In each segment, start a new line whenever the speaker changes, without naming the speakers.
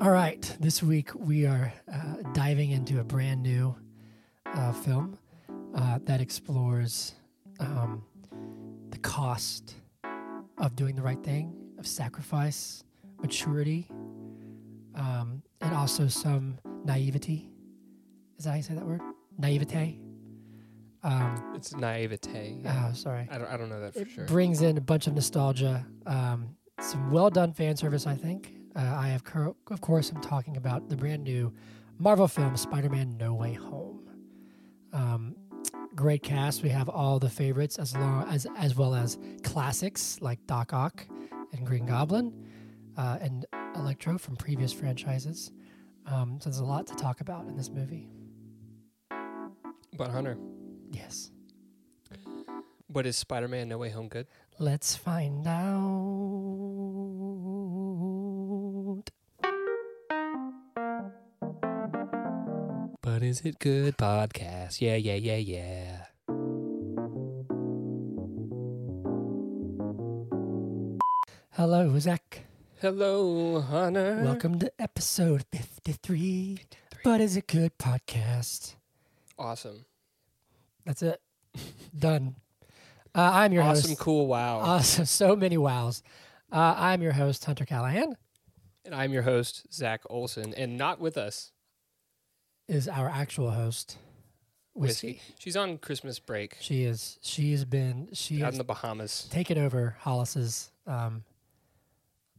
All right, this week we are uh, diving into a brand new uh, film uh, that explores um, the cost of doing the right thing, of sacrifice, maturity, um, and also some naivety. Is that how you say that word? Naivete. Um,
It's naivete.
oh, sorry.
I don't. I don't know that for
it
sure.
brings in a bunch of nostalgia. Um, some well done fan service, I think. Uh, I have, cur- of course, I'm talking about the brand new Marvel film Spider Man No Way Home. Um, great cast. We have all the favorites as long as as well as classics like Doc Ock and Green Goblin uh, and Electro from previous franchises. Um, so there's a lot to talk about in this movie.
but Hunter,
Yes.
but is Spider-Man No Way Home good?
Let's find out.
But is it good podcast? Yeah, yeah, yeah, yeah.
Hello, Zach.
Hello, Hunter.
Welcome to episode 53. But is it good podcast?
Awesome.
That's it. Done. Uh, I'm your
awesome.
host. Ah.
Cool. Wow.
Awesome. So many wows. Uh, I'm your host, Hunter Callahan.
and I'm your host, Zach Olson, and not with us.
Is our actual host, Whiskey.
She's on Christmas break
She is. She's been. She
out in
has
the Bahamas.
taken over Hollis's um,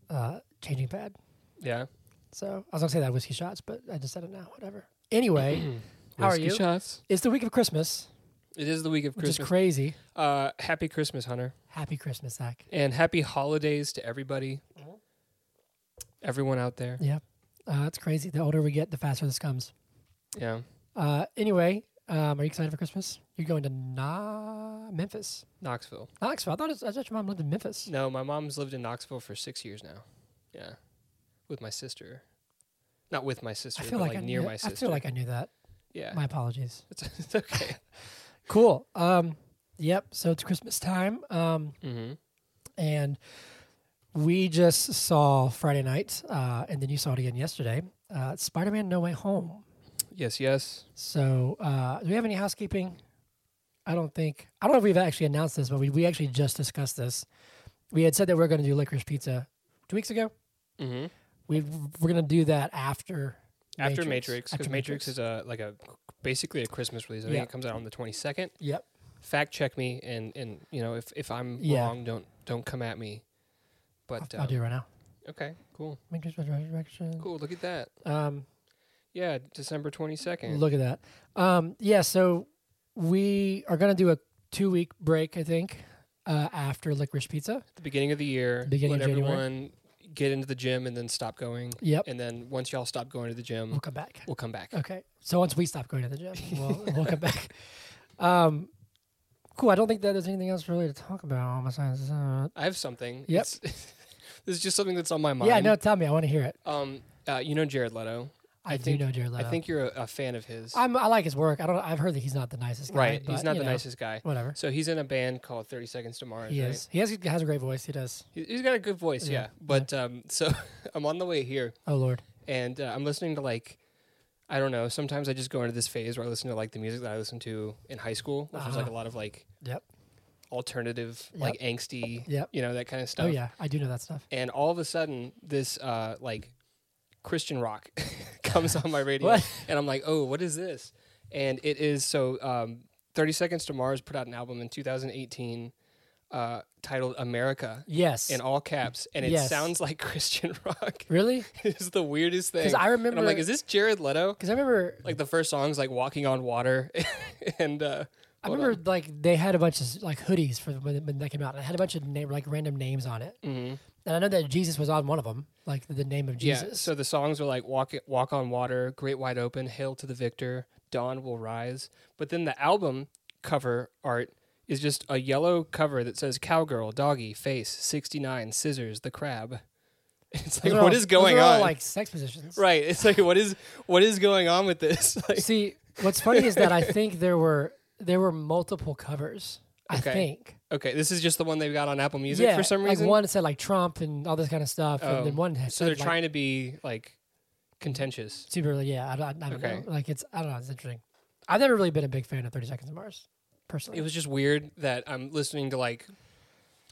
uh, changing pad.
Yeah.
So I was gonna say that whiskey shots, but I just said it now. Whatever. Anyway, How are
Whiskey
you?
Shots.
it's the week of Christmas,
It is the week of
which
Christmas.
is crazy.
uh, happy Christmas, Hunter,
Happy Christmas, Zach.
and happy holidays to everybody.
Mhm.
Everyone out there.
Yeah, uh, it's crazy. The older we get, the faster this comes.
Yeah.
Uh, anyway, um, are you excited for Christmas? You're going to Na- Memphis,
Knoxville.
Knoxville. I thought it was, I thought your mom lived in Memphis.
No, my mom's lived in Knoxville for six years now. Yeah, with my sister. Not with my sister,
I feel
but
like,
like,
I
near
knew,
my sister.
I feel like I knew that.
yeah,
My apologies.
it's, it's okay.
Cool. Um, yep. So it's Christmas time. Um,
mm-hmm.
and we just saw Friday night, uh, and then you saw it again yesterday. Uh, Spider-Man: No Way Home.
Yes, yes.
So, uh, do we have any housekeeping? I don't think. I don't know if we've actually announced this, but we, we actually just discussed this. We had said that we are going to do licorice pizza two weeks ago.
Mm-hmm.
We we're going to do that after
After Matrix,
After
because Matrix. is a like a basically a Christmas release. I
Yeah.
think it comes out on the twenty second.
Yep.
Fact check me, and and you know if if I'm
Yeah.
wrong, don't don't come at me. But
I'll, I'll
um,
do it right now.
okay, cool,
Matrix Resurrection.
cool. Look at that.
Um,
Yeah, December twenty second.
Look at that. Um, yeah, so we are going to do a two week break, I think, uh, after Licorice Pizza.
the beginning of the year.
Beginning
let
of January.
everyone get into the gym and then stop going.
Yep.
And then once y'all stop going to the gym,
We'll come back.
we'll come back.
Okay. So once we stop going to the gym, we'll, we'll come back. Um, cool. I don't think that there's anything else really to talk about besides that.
I have something.
Yep.
It's- this is just something that's on my mind.
Yeah, no, tell me. I want to hear it.
Um, uh, you know Jared Leto.
I,
I
do
think-
know Jared
I
Leto.
think you're a, a fan of his.
I'm, I like his work. I don't. I've heard that he's not the nicest guy.
right.
but,
He's not
you
the
know,
nicest guy.
Whatever.
So he's in a band called Thirty Seconds to Mars.
He
right?
is. He has, he has a great voice. He does.
He- He's got a good voice.
Yeah,
Yeah.
yeah.
But um, so I'm on the way here,
Oh Lord.
and uh, I'm listening to like. I don't know. Sometimes I just go into this phase where I listen to like the music that I listened to in high school, which was like
Uh-huh.
a lot of like
Yep.
alternative,
Yep.
like angsty,
Yep.
you know, that kind of stuff.
Oh yeah. I do know that stuff.
And all of a sudden, this uh, like Christian rock comes on my radio,
What?
and I'm like, oh, what is this? And it is so. Um, Thirty Seconds to Mars put out an album in 2018 uh, titled America
Yes.
in all caps, and it
Yes.
sounds like Christian rock.
really?
it's the weirdest thing.
Because I
And
remember.
I'm like, is this Jared Leto?
Because I remember
Like the first song's like Walking on Water, and uh,
I
Hold
remember like they had a bunch of like hoodies for when, when that came out. And it had a bunch of name, like random names on it,
mhm.
and I know that Jesus was on one of them, like the name of Jesus.
Yeah. So the songs are like "Walk Walk on Water," "Great Wide Open," "Hail to the Victor," "Dawn Will Rise." But then the album cover art is just a yellow cover that says "Cowgirl," "Doggy," "Face," "69," "Scissors,the Crab." It's like
Those are
what
all-
is going
those are all,
on?
like sex positions,
right. It's like what is what is going on with this? Like,
See, what's funny is that I think there were there were multiple covers. I
Okay.
think.
okay, this is just the one they've got on Apple Music
yeah,
for some
like
reason.
one said like Trump and all this kind of stuff, and then
Oh,
one had
so
said,
they're
like-
trying to be like contentious.
Super, like, yeah, I, don't- I, don't
Okay.
know. Like, it's, I don't know, it's interesting. I've never really been a big fan of 30 Seconds to Mars, personally.
It was just weird that I'm listening to like,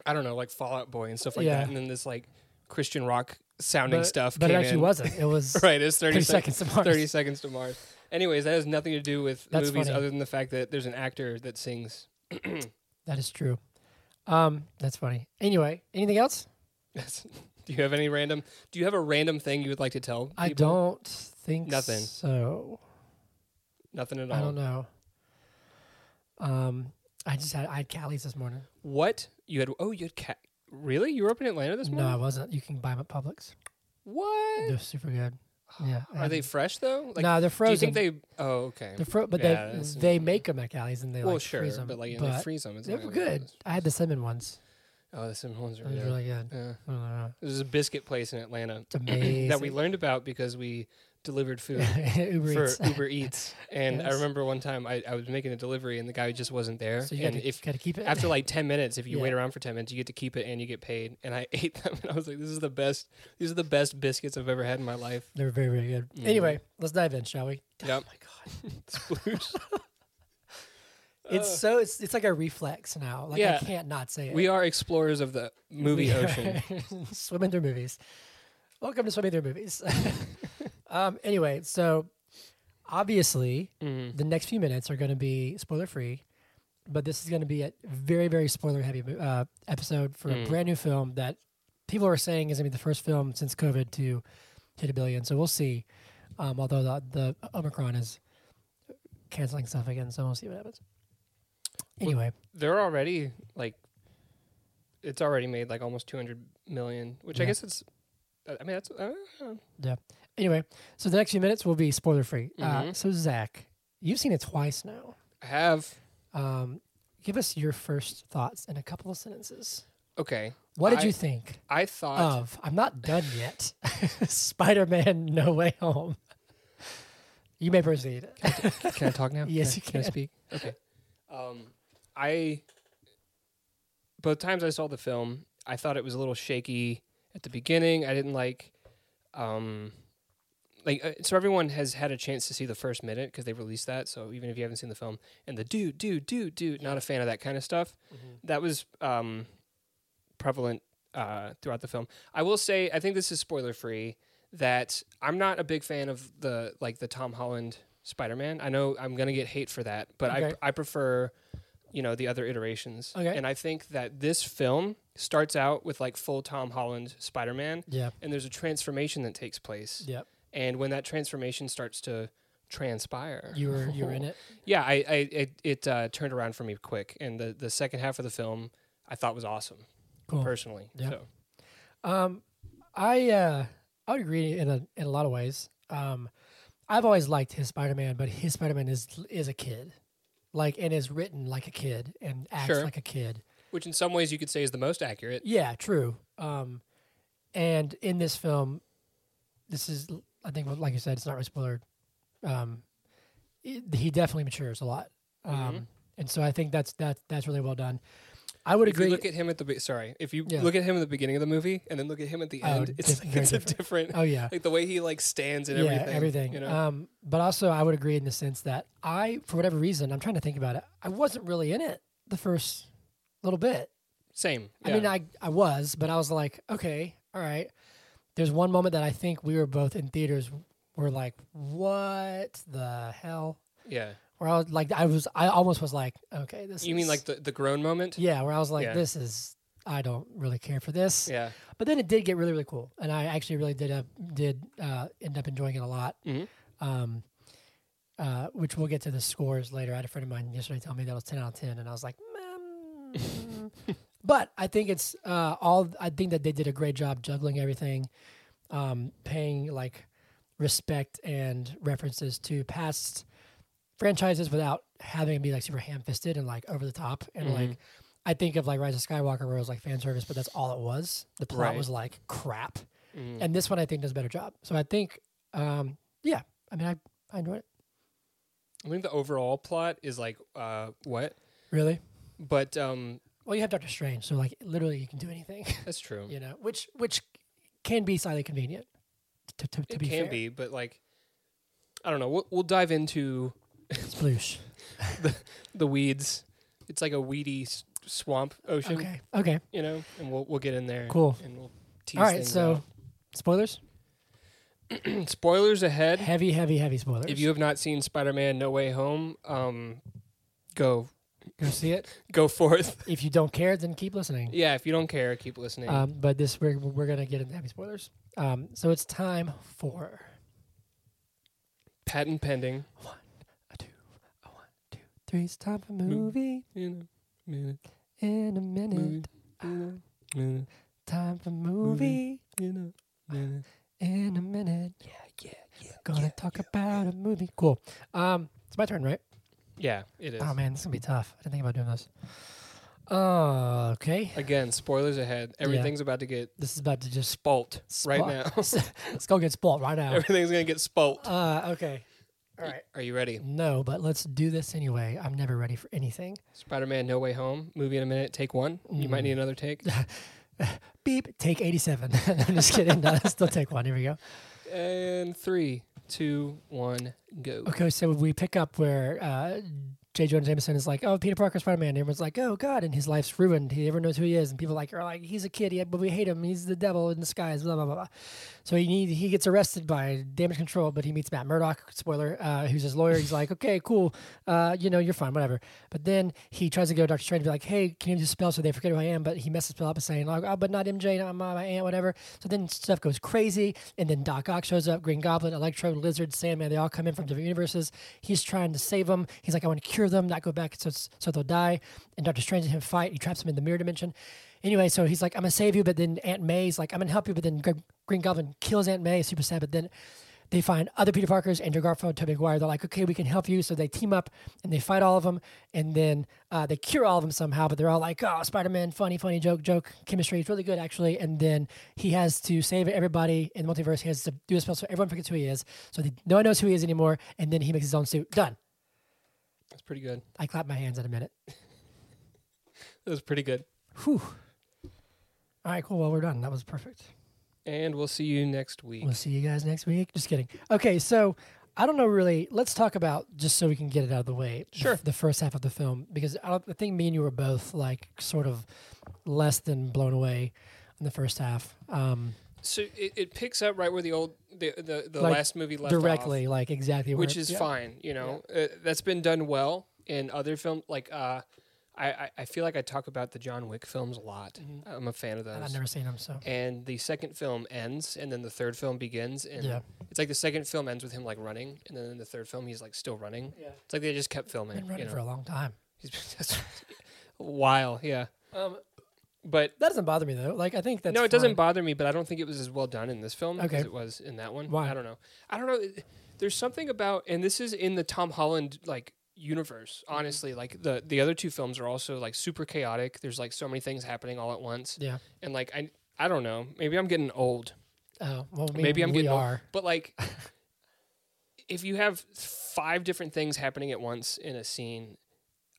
I don't know, like Fallout Boy and stuff like
Yeah.
that, and then this like Christian rock sounding stuff.
But it
came
actually
in.
wasn't. It was
right. It's thirty,
30
seconds.
Seconds to Mars.
30 seconds to Mars. Anyways, that has nothing to do with
That's
movies
funny.
other than the fact that there's an actor that sings.
That is true. Um, That's funny. Anyway, anything else?
That's- do you have any random? Do you have a random thing you would like to tell?
I
people?
don't think
Nothing.
so.
Nothing at all.
I don't know. Um, I just had I had Cali's this morning.
What you had? Oh, you had cat. Really? You Eh. were up in Atlanta this
No, I
morning?
wasn't. You can buy them at Publix.
What?
They're super good. Yeah. I
Are
had
they
them.
fresh though? Like,
no, they're
do you
frozen.
think they? Oh, okay.
are fro- but
Yeah,
they
that's-
they make them at Cali's and they
well,
like
sure,
freeze them.
but like they freeze them. It's
they
not
were
gonna be
good.
frozen.
I had the cinnamon ones.
Oh, the cinnamon ones are
It was
good.
really good.
yeah.
I don't know.
There's a biscuit place in Atlanta
It's amazing.
that we learned about because we delivered food
Uber
for
Eats.
Uber Eats. And I
Yes.
remember one time I, I was making a delivery and the guy just wasn't there.
So you
and
got to
if
got to keep it
after like ten minutes, if you wait
Yeah.
around for ten minutes, you get to keep it and you get paid. And I ate them and I was like, This is the best these are the best biscuits I've ever had in my life.
They're very very good.
Mhm.
Anyway, let's dive in, shall we? Oh
Yep.
my god.
Sploosh.
It's so it's, it's like a reflex now. Like
Yeah.
I can't not say it.
we are explorers of the movie
We are
ocean.
swimming through movies. Welcome to swimming through movies. um, anyway, so obviously
Mhm.
the next few minutes are going to be spoiler free, but this is going to be a very very spoiler heavy uh, episode for
Mm.
a brand new film that people are saying is going to be the first film since COVID to hit a billion. So we'll see. Um, although the, the Omicron is canceling stuff again, so we'll see what happens.
Well,
Anyway,
They're already like it's already made like almost two hundred million, which I
Yeah.
guess it's I mean that's uh,
Anyway, so the next few minutes will be spoiler free. Uh,
Mhm.
so Zach, you've seen it twice now.
I have
Um, give us your first thoughts in a couple of sentences.
okay.
What did
I-
you think
I thought
of? I'm not done yet. Spider-Man: No Way Home. You may proceed.
Can I talk now?
Oh. Yes,
Can
you
I- Can I
can.
speak? Okay. Um, I both times I saw the film, I thought it was a little shaky at the beginning. I didn't like, um, like uh, so everyone has had a chance to see the first minute because they released that. So even if you haven't seen the film, and the dude, dude, dude, dude, not a fan of that kind of stuff.
Mm-hmm.
That was um, prevalent uh, throughout the film. I will say, I think this is spoiler free. That I'm not a big fan of the like the Tom Holland Spider-Man. I know I'm gonna get hate for that, but
Okay.
I I prefer you know the other iterations.
Okay.
And I think that this film starts out with like full Tom Holland Spider-Man,
Yeah.
and there's a transformation that takes place.
Yep.
And when that transformation starts to transpire,
You were you were in it.
yeah, I, I it, it uh, turned around for me quick, and the the second half of the film I thought was awesome
Cool.
personally.
Yeah.
So
Um, I uh, I would agree in a in a lot of ways. Um, I've always liked his Spider Man, but his Spider Man is is a kid, like and is written like a kid and acts
Sure.
like a kid.
which in some ways you could say is the most accurate.
Yeah, true. Um, and in this film, this is I think like you said, it's not really spoiler. Um, it- he definitely matures a lot. Um,
Mhm.
and so I think that's that's that's really well done. I would
If
agree.
you look at him at the be- sorry, if you
Yeah.
look at him at the beginning of the movie and then look at him at the
Oh,
end, it's
diff-
like
very
it's a
different.
different
oh yeah.
like the way he like stands and everything. You know,
Um, but also, I would agree in the sense that I, for whatever reason, I'm trying to think about it. I wasn't really in it the first little bit.
same.
I mean, uh, I I was, but I was like, okay, all right. There's one moment that I think we were both in theaters. We're like, what the hell?
yeah.
Where I was like, I was, I almost was like, okay, this.
You mean
is-
like the the grown moment?
yeah? Where I was like,
Yeah.
this is. I don't really care for this.
Yeah.
But then it did get really, really cool, and I actually really did uh, did uh, end up enjoying it a lot.
Mhm.
Um, uh, which we'll get to the scores later. I had a friend of mine yesterday tell me that was ten out of ten, and I was like, mm. but I think it's uh, all. I think that they did a great job juggling everything, um, paying like respect and references to past franchises without having to be like super ham fisted and like over the top and
Mhm.
like. I think of like Rise of Skywalker, where it was like fan service, but that's all it was. The plot
Right.
was like crap,
Mm.
and this one I think does a better job. So I think, um, yeah, I mean, I I enjoyed it.
I think the overall plot is like uh what,
Really?
but um
Well, you have Doctor Strange, so like literally you can do anything,
that's true.
you know, which which can be slightly convenient To, to, to
it
be
can
fair.
be, but like, I don't know. We'll, we'll dive into
Sploosh.
the weeds. It's like a weedy s- swamp ocean,
Okay. Okay.
you know, and we'll we'll get in there.
Cool.
And we'll tease
All right.
things
So, spoilers.
out. spoilers ahead.
Heavy, heavy, heavy spoilers.
If you have not seen Spider-Man: No Way Home, um, go
go see it,
go forth.
if you don't care, then keep listening.
yeah, if you don't care, keep listening.
Um, but this we're we're gonna get into heavy spoilers. Um, so it's time for
Patent pending.
a two, a one, two, three. It's time for movie
You know, minute,
in a minute.
minute, you know, minute,
Time for movie
you know, minute.
in a minute. Yeah, yeah, yeah. Gonna
yeah,
talk about a movie. Cool. Um, it's my turn, right?
Yeah, it is.
Oh man, this is gonna be tough. I didn't think about doing this. Uh, okay.
Again, spoilers ahead. Everything's about to get
This is about to just
spalt right now.
Spalt. let's go get spalt right now.
Everything's gonna get spalt.
Uh, okay. All right.
Are you ready?
No, but let's do this anyway. I'm never ready for anything.
Spider-Man: No Way Home. Movie in a minute. Take one. You
Mm-hmm.
might need another take.
Beep. Take 87. I'm just kidding. No, let's still take one. Here we go.
and three, two, one, go.
Okay, so we pick up where uh, J. Jonah Jameson is like, oh, Peter Parker, Spider Man. Everyone's like, oh, God. And his life's ruined. He never knows who he is. And people like are like, he's a kid, yeah, but we hate him. He's the devil in disguise, blah, blah, blah, blah. So he need, he gets arrested by damage control, but he meets Matt Murdock, spoiler, uh, who's his lawyer. He's like, okay, cool. Uh, you know, you're fine, whatever. But then he tries to go to Doctor Strange and be like, hey, can you just spell so they forget who I am? But he messes the spell up and saying, like, oh, but not MJ, not my, my aunt, whatever. So then stuff goes crazy. And then Doc Ock shows up, Green Goblin, Electro, Lizard, Sandman. They all come in from different universes. He's trying to save them. He's like, I want to cure them, not go back so, so they'll die. And Doctor Strange and him fight. He traps him in the mirror dimension. Anyway, so he's like, I'm going to save you. But then Aunt May's like, I'm going to help you. But then Gre- Green Goblin kills Aunt May, super sad. But then they find other Peter Parkers, Andrew Garfield, Tobey Maguire. They're like, okay, we can help you. So they team up and they fight all of them, and then uh, they cure all of them somehow. But they're all like, oh, Spider Man, funny, funny joke, joke. Chemistry is really good actually. And then he has to save everybody in the multiverse. He has to do a spell so everyone forgets who he is, so that no one knows who he is anymore. And then he makes his own suit. Done.
That's pretty good.
I clap my hands in a minute.
That was pretty good.
Whew. All right, cool. Well, we're done. That was perfect.
And we'll see you next week.
We'll see you guys next week. Just kidding. Okay, so I don't know really. Let's talk about just so we can get it out of the way. the-
Sure.
The, first half of the film because I, don't, I think me and you were both like sort of less than blown away in the first half. Um,
So it, it picks up right where the old the the, the
Like,
last movie left off,
directly, like exactly, where
which
it-
is
yeah.
fine. You know uh, that's been done well in other films. Like uh, I, I I feel like I talk about the John Wick films a lot.
Mm-hmm.
I'm a fan of
And I've
those.
never seen him, so
And the second film ends, and then the third film begins, and
Yeah.
it's like the second film ends with him like running, and then in the third film he's like still running.
Yeah.
It's like they just kept filming.
been
you
running
know?
for a long time.
He's been that's a while, yeah.
Um,
But
that doesn't bother me though. Like I think that's
no, it doesn't
fine.
bother me. But I don't think it was as well done in this film
Okay.
as it was in that one.
Why?
I don't know. I don't know. There's something about, and this is in the Tom Holland like universe.
Mm-hmm.
Honestly, like the the other two films are also like super chaotic. There's like so many things happening all at once,
yeah.
and like I I don't know. Maybe I'm getting old,
Oh well, we,
Maybe I'm
we
getting old.
are.
but like. If you have five different things happening at once in a scene,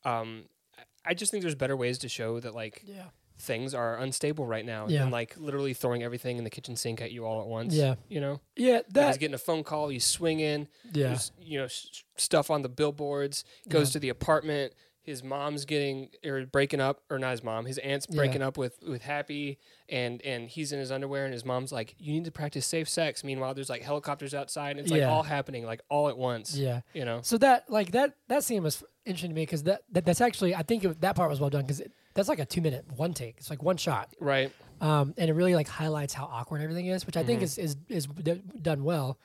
um, I- I just think there's better ways to show that like
Yeah.
things are unstable right now
Yeah.
and like literally throwing everything in the kitchen sink at you all at once.
Yeah.
You know,
Yeah.
Like, he's
That.
getting a phone call, you swing in,
Yeah.
there's, you know, s- stuff on the billboards, goes
Yeah.
to the apartment. His mom's getting or breaking up, or not his mom. His aunt's
Yeah.
breaking up with with Happy, and and he's in his underwear, and his mom's like, "You need to practice safe sex." Meanwhile, there's like helicopters outside, and it's like
Yeah.
all happening like all at once.
Yeah.
You know,
So that like that that scene was interesting to me because that, that that's actually I think it, that part was well done because that's like a two minute one take. It's like one shot,
right?
um, and it really like highlights how awkward everything is, which I think is is is d- done well.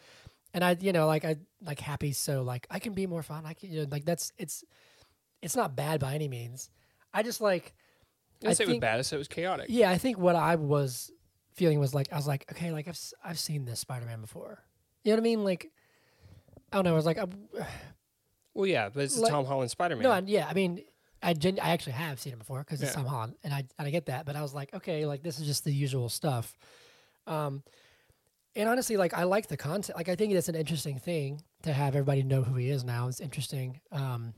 And I you know like I like happy so like I can be more fun. I can you know like that's it's it's not bad by any means. I just like
I didn't
I
say it was
think-
bad. I said it was chaotic.
yeah I think what I was feeling was like I was like okay like I've s- I've seen this Spider Man before. You know what I mean? Like I don't know. I was like I,
Well, yeah, but it's a
Like-
Tom Holland Spider Man.
No, I, yeah, I mean, I gen- I actually have seen it before because it's
Yeah.
Tom Holland, and I and I get that, but I was like, okay, like this is just the usual stuff. Um, and honestly, like I like the concept. Like I think that's an interesting thing to have everybody know who he is now. It's interesting. Um,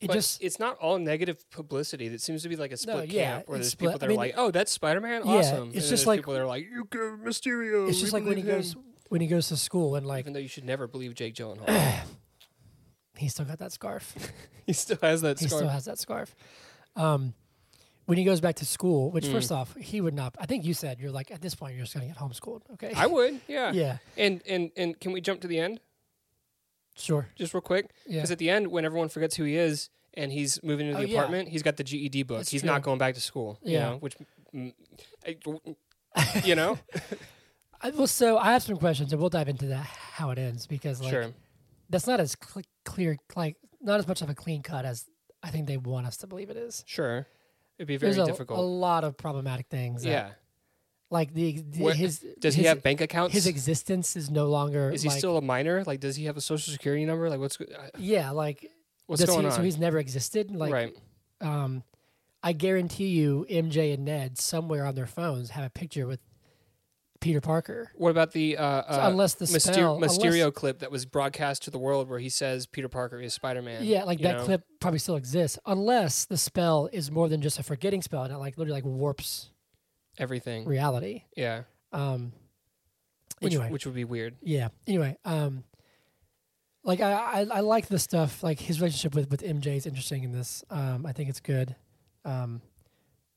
it
but
just
it's not all negative publicity. That seems to be like a split
yeah,
camp where
it's
there's
split-
people that
I mean,
are like, "Oh, that's Spider Man,
yeah,
awesome."
it's
and then
just
there's
like-
people that are like, "You go Mysterio."
it's
we
just like when he
believe him."
goes when he goes to school and like
Even though you should never believe Jake Gyllenhaal,
he still got that scarf.
he still has that
he still
scar.
has that scarf. Um, when he goes back to school, which
Mm.
first off, he would not. I think you said you're like at this point you're just gonna get homeschooled. Okay.
I would, yeah.
yeah.
And and and can we jump to the end
Sure.
just real quick?
Yeah.
Because at the end, when everyone forgets who he is and he's moving into
Oh,
the
yeah.
apartment, he's got the GED book.
That's
he's
true.
not going back to school. You
Yeah.
know, which, mm, I- you know,
I, well, so I have some questions, and we'll dive into that how it ends because like
sure.
that's not as cl- clear, like not as much of a clean cut as I think they want us to believe it is.
Sure. It'd be very
There's a, a
difficult.
lot of problematic things. that-
yeah.
like the, the-
What-
his his,
Does he have bank accounts?
his existence is no longer.
is he
like-
still a minor? Like, does he have a social security number? Like, what's go- uh,
Yeah, like
what's
does
going
he,
on?
So he's never existed. Like,
right.
um, I guarantee you, MJ and Ned somewhere on their phones have a picture with Peter Parker.
What about the uh, uh,
So unless the
Myster-
spell, unless-
Mysterio clip that was broadcast to the world where he says Peter Parker is Spider Man?
Yeah, like that clip probably still exists, unless the spell is more than just a forgetting spell and it like literally like warps
Everything.
reality.
Yeah.
Um,
Mm. Which,
anyway,
which would be weird.
yeah. Anyway, um, like I, I, I like the stuff. Like his relationship with with MJ is interesting in this. Um, I think it's good. Um,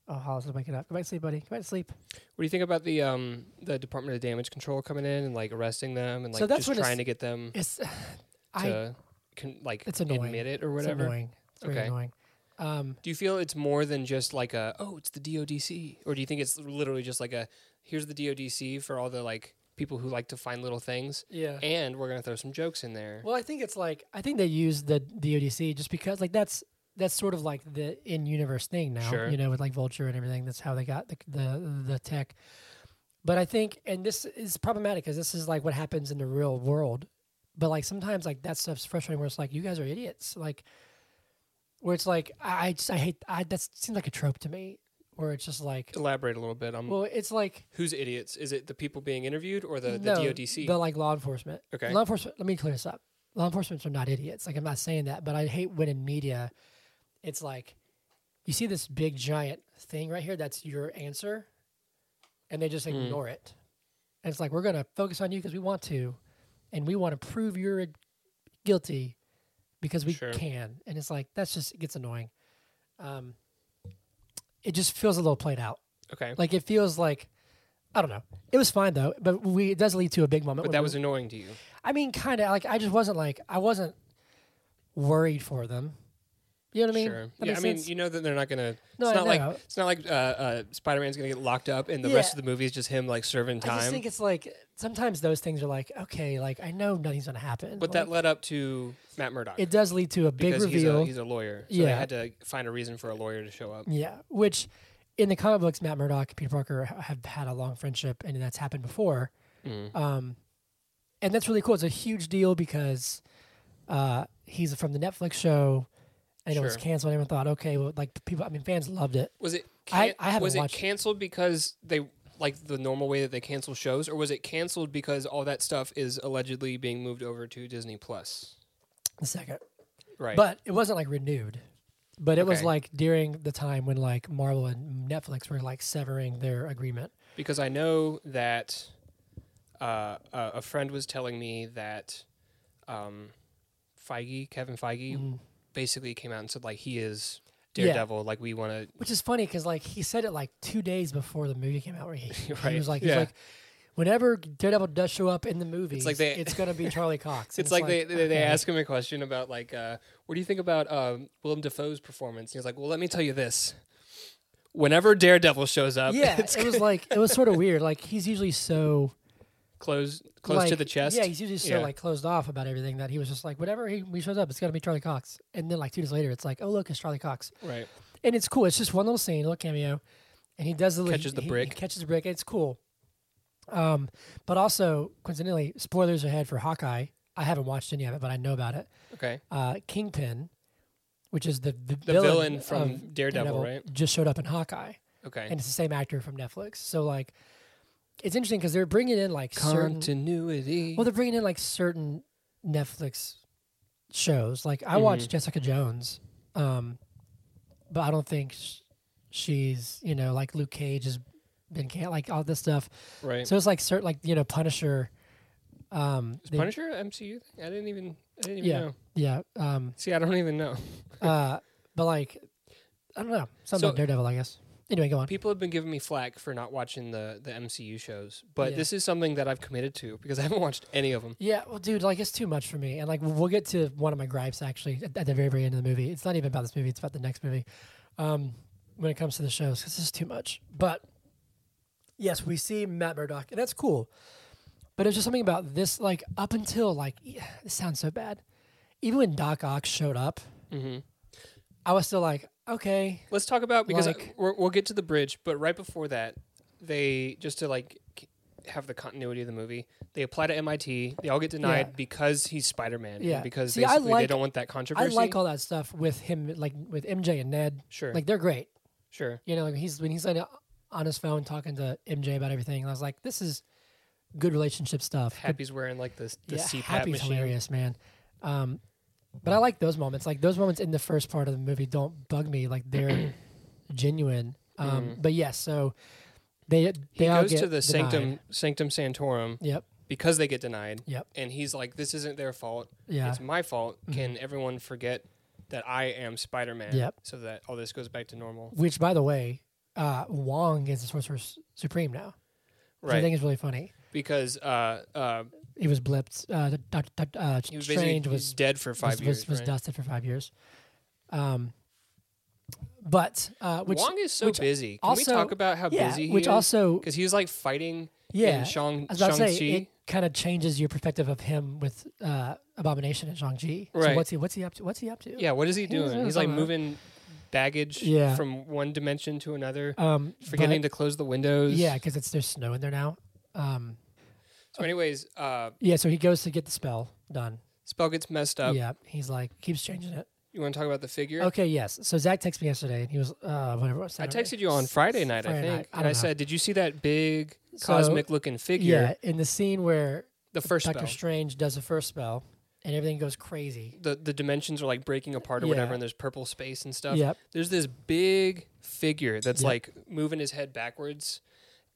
oh, Hollis is waking up. Go back to sleep, buddy. Go back to sleep.
What do you think about the um the Department of Damage Control coming in and like arresting them and like
So that's
just
what it's-
trying to get them
It's, I,
to con- like
It's annoying.
admit it or
it's
whatever?
annoying. It's very
Okay.
annoying. Um,
Do you feel it's more than just like a oh it's the DODC or do you think it's literally just like a here's the DODC for all the like people who like to find little things
yeah.
and we're gonna throw some jokes in there.
Well, I think it's like I think they use the DODC just because like that's that's sort of like the in-universe thing now,
Sure.
you know, with like Vulture and everything. That's how they got the the, the tech. But I think, and this is problematic because this is like what happens in the real world. But like sometimes like that stuff's frustrating where it's like you guys are idiots, like where it's like I I, just, I hate I that seems like a trope to me where it's just like
Elaborate a little bit on
well it's like
who's idiots? Is it the people being interviewed or the, the
no,
DODC?
the like law enforcement.
Okay.
Law enforcement. Let me clear this up. Law enforcement are not idiots. Like I'm not saying that, but I hate when in media, it's like, you see this big giant thing right here. That's your answer, and they just
Hmm.
ignore it. And it's like we're gonna focus on you because we want to, and we want to prove you're guilty because we
Sure.
can. And it's like that's just it gets annoying. Um, it just feels a little played out.
okay.
Like it feels like I don't know. It was fine though, but we it does lead to a big moment.
but
when
that
we-
was annoying to you.
I mean, kind of like I just wasn't like I wasn't worried for them. You know what I mean?
sure.
That
yeah, I
makes
mean,
sense?
you know that they're not gonna.
No, I
it's not
know.
like it's not like uh, uh, Spider Man's gonna get locked up, and the rest of the movie is just him like serving
I just
time.
think it's like sometimes those things are like okay, like I know nothing's gonna happen,
but that
like,
led up to Matt Murdock
it does lead to a big
because he's
reveal.
a, he's a lawyer. So they
Yeah.
had to find a reason for a lawyer to show up.
Yeah, which in the comic books, Matt Murdock, and Peter Parker ha- have had a long friendship, and that's happened before.
Mm.
Um, and that's really cool. It's a huge deal because uh, he's from the Netflix show, and it was
Sure.
canceled. Everyone thought, okay, well, like people, I mean, fans loved it.
Was it?
I-
Can-
I haven't
was it
watched it.
canceled because they like the normal way that they cancel shows, or was it canceled because all that stuff is allegedly being moved over to Disney Plus?
The second,
Right.
but it wasn't like renewed. But it was
Okay.
like during the time when like Marvel and Netflix were like severing their agreement.
because I know that uh, a a friend was telling me that um, Feige, Kevin Feige, basically came out and said like he is
Mm-hmm. Yeah.
Daredevil, like we want to.
Which is funny because like he said it like two days before the movie came out, where he,
Right,
he was like, he's
yeah.
like, whenever Daredevil does show up in the movie, it's,
like they-
gonna be Charlie Cox.
It's,
And
like, they, they, they
okay.
ask him a question about like uh, what do you think about um, Willem Dafoe's performance? And he's like, well, let me tell you this. Whenever Daredevil shows up,
Yeah,
it's
it was like it was sort of weird. Like he's usually so
close close to
like-
the chest.
Yeah, he's usually so
Yeah.
like closed off about everything that he was just like, whenever he, he shows up, it's gonna be Charlie Cox. And then like two days later, it's like, oh look, it's Charlie Cox.
right.
and it's cool. It's just one little scene, a little cameo, and he does the little,
Catches the
he- he
brick.
catches the brick. It's cool. Um, but also coincidentally, spoilers ahead for Hawkeye. I haven't watched any of it, but I know about it.
Okay.
Uh, Kingpin, which is the the,
The
villain,
villain from
of
Daredevil, right?
Just showed up in Hawkeye,
Okay.
and it's the same actor from Netflix. So like, it's interesting because they're bringing in like certain
Continuity.
well, they're bringing
Mm-hmm.
in like certain Netflix shows. Like I watched Jessica Jones Um, but I don't think sh- she's you know like Luke Cage has been can like all this stuff.
Right.
So it's like certain like you know Punisher. Um,
Is
they-
Punisher a MCU? Thing? I didn't even. I didn't even
Yeah.
know.
yeah. Um,
See, I don't even know.
uh, but like I don't know something
So-
about Daredevil, I guess. Anyway, go on.
People have been giving me flack for not watching the the MCU shows, but
Yeah.
this is something that I've committed to because I haven't watched any of them.
Yeah, well, dude, like it's too much for me, and like we'll get to one of my gripes actually at, at the very, very end of the movie. It's not even about this movie; it's about the next movie. Um, when it comes to the shows, because this is too much. But yes, we see Matt Murdock, and that's cool. But it's just something about this, like up until like e- this sounds so bad. Even when Doc Ock showed up, Mm-hmm.
hmm
I was still like, okay,
Let's talk about because I-
Like-
we're, we'll get to the bridge, but right before that, they just to like k- have the continuity of the movie. They apply to MIT. They all get denied
Yeah.
because he's Spider Man.
Yeah.
Because
See, I
basically they
like-
don't want that
I
controversy.
like all that stuff with him, like with MJ and Ned.
sure.
Like they're great.
sure.
you know, like he's when he's on, on his phone talking to MJ about everything. And I was like, this is good relationship stuff. Good-
Happy's wearing like this the
yeah,
CPAP
Happy's
machine.
hilarious, man. Um, but I like those moments. Like those moments in the first part of the movie don't bug me. Like they're genuine. Um, But yes, so they they
Mm. He
all
goes
get
to the
denied.
sanctum sanctum sanctorum
Yep.
because they get denied.
Yep.
And he's like, "This isn't their fault.
Yeah. Mm-hmm.
It's my fault. Can everyone forget that I am Spider Man?
Yep.
So that all this goes back to normal.
Which, by the way, uh, Wong is the Sorcerer Supreme now. Which I
Right.
think is really funny.
Because uh, uh,
He was blipped. Uh, Dr. Dr. Uh,
he was
Strange
basically
was
dead for five
was,
years.
was, was
right?
dusted for five years. Um, but uh, which
Wong is so
which
busy. Can we
also-
talk about how
yeah,
busy he
which also
Because he was like fighting
yeah,
in Shang
I was about to
Shang
say it
Chi.
kind of changes your perspective of him with uh, Abomination and Shang Chi. So
Right.
what's he what's he up to? What's he up to?
Yeah, what is he
He was
doing?
doing
He's like
something.
moving baggage
Yeah.
from one dimension to another,
Um,
forgetting to close the windows.
yeah, because it's there's snow in there now. Um,
So, anyways, uh,
yeah, so he goes to get the spell done.
spell gets messed up.
Yeah, he's like keeps changing it.
You want to talk about the figure?
Okay, yes. So Zach texted me yesterday, and he was uh, whatever.
I
Saturday.
texted you on Friday night, I
Friday night.
think.
I
and
don't
I
know.
said, Did you see that big
So-
cosmic looking figure?
Yeah, in the scene where
The first
Doctor
spell.
Strange does the first spell, and everything goes crazy.
the, the dimensions are like breaking apart or whatever,
Yeah.
and there's purple space and stuff.
Yep.
There's this big figure that's
Yep.
like moving his head backwards.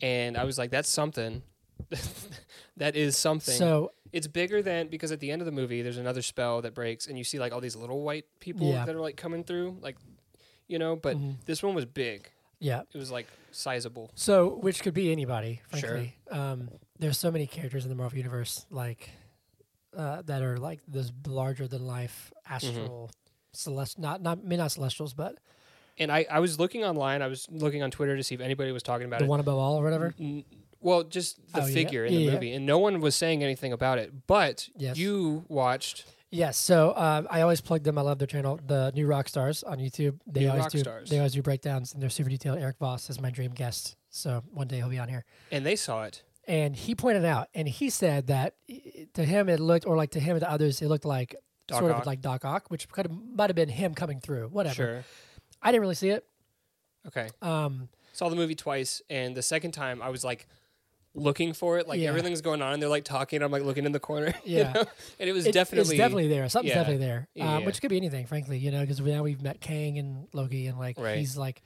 And I was like, That's something. that is something.
So
it's bigger than because at the end of the movie, there's another spell that breaks, and you see like all these little white people
Yeah.
that are like coming through, like, you know, but
Mhm.
this one was big.
yeah,
It was like sizable.
so which could be anybody,
Sure.
frankly. Um, there's so many characters in the Marvel universe like uh, that are like this larger than life
Mm-hmm.
astral. Celest, not not maybe not celestials, but
And I, I was looking online. I was looking on Twitter to see if anybody was talking about
the
it. Mm-hmm.
one above all or whatever.
N- well, just the
Oh, yeah.
figure in
Yeah,
the
yeah.
movie, and no one was saying anything about it. But
Yes.
you watched
Yes, so uh, I always plug them. I love their channel, the New Rock Stars on YouTube. They
New
always
Rock
do.
Stars.
They always do breakdowns, and they're super detailed. Eric Voss is my dream guest, so one day he'll be on here.
and they saw it.
and he pointed out and he said that i- to him it looked or like to him and to others it looked like
Doc
sort
Ock.
of like Doc Ock, which could have might have been him coming through. Whatever.
Sure.
I didn't really see it.
Okay.
Um,
Saw the movie twice, and the second time I was like looking for it. Like
Yeah.
everything's going on, and they're like talking. and I'm like looking in the corner. you
Yeah.
know? And it was
it-
definitely
it's definitely there. Something's
yeah.
definitely there,
Yeah,
um,
yeah.
which could be anything, frankly. You know, because now we've met Kang and Loki, and like
Right.
he's like.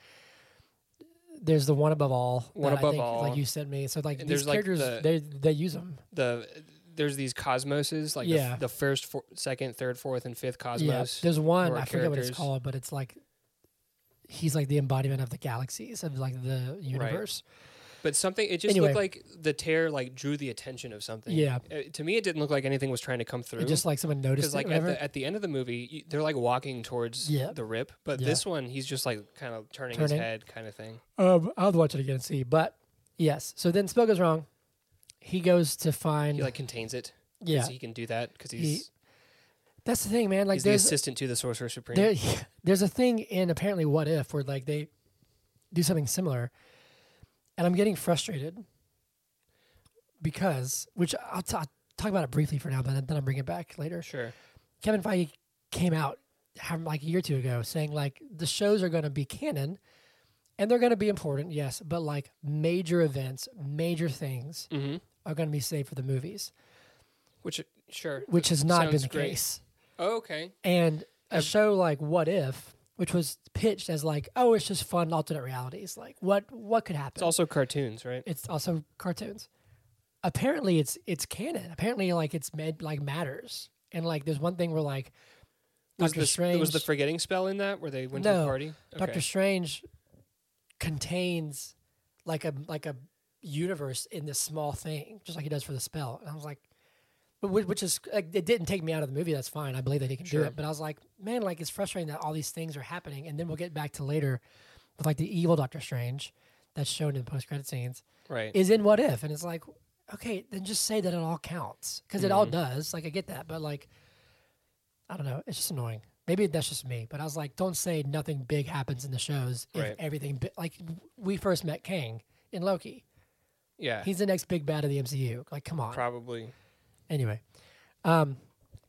There's the one above all.
One
that I
above
think,
all.
like you sent me. So like
And
these
there's, like,
characters,
the-
they they use them.
the there's these cosmoses like the,
Yeah.
f- the first, four, second, third, fourth, and fifth
Yeah,
cosmos.
there's one
or
I forget what it's
characters.
called, but it's like he's like the embodiment of the galaxies of like the universe.
But something it just
Anyway.
looked like the tear like drew the attention of something.
Yeah.
Uh, to me, it didn't look like anything was trying to come through.
It just like someone noticed
because
like
like
it,
at
whatever.
the, at the end of the movie you, they're like walking towards
Yeah.
the rip but
Yeah.
this one he's just like kind of turning, his
Turning.
head kind of thing
um, I'll watch it again and see. But yes, so then Spell goes wrong. He goes to find
he like contains it 'cause
yeah.
he can do that because
He-
he's
that's the thing, man. Like
he's the
there's
assistant to the sorcerer supreme
there, there's a thing in apparently What If where like they do something similar, and I'm getting frustrated because which I'll, t- I'll talk about it briefly for now, but then I'll bring it back later.
sure
Kevin Feige came out have- like a year or two ago saying like the shows are going to be canon and they're going to be important, yes, but like major events, major things
hmm
are going to be saved for the movies,
which sure
which has not been
Sounds
the
great.
case.
oh, okay
And a
Ev-
show like What If which was pitched as like, oh, it's just fun alternate realities. Like, what what could happen?
It's also cartoons, right?
It's also cartoons. Apparently, it's it's canon. Apparently, like it's med like matters. And like, there's one thing where like
Was
Doctor
the,
Strange
was the forgetting spell in that where they went to
No.
the party?
Doctor Strange contains like a like a universe in this small thing, just like he does for the spell. And I was like, but whi- which is like it didn't take me out of the movie. That's fine. I believe that he can
Sure.
do it. But I was like, man, like it's frustrating that all these things are happening, and then we'll get back to later with like the evil Doctor Strange that's shown in post credit scenes
right.
is in What If, and it's like, okay, then just say that it all counts because it all
Mm-hmm.
does. Like I get that, but like, I don't know, it's just annoying. Maybe that's just me, but I was like, don't say nothing big happens in the shows if
Right.
everything bi- like we first met Kang in Loki.
yeah.
He's the next big bad of the MCU. Like, come on.
Probably.
Anyway, um,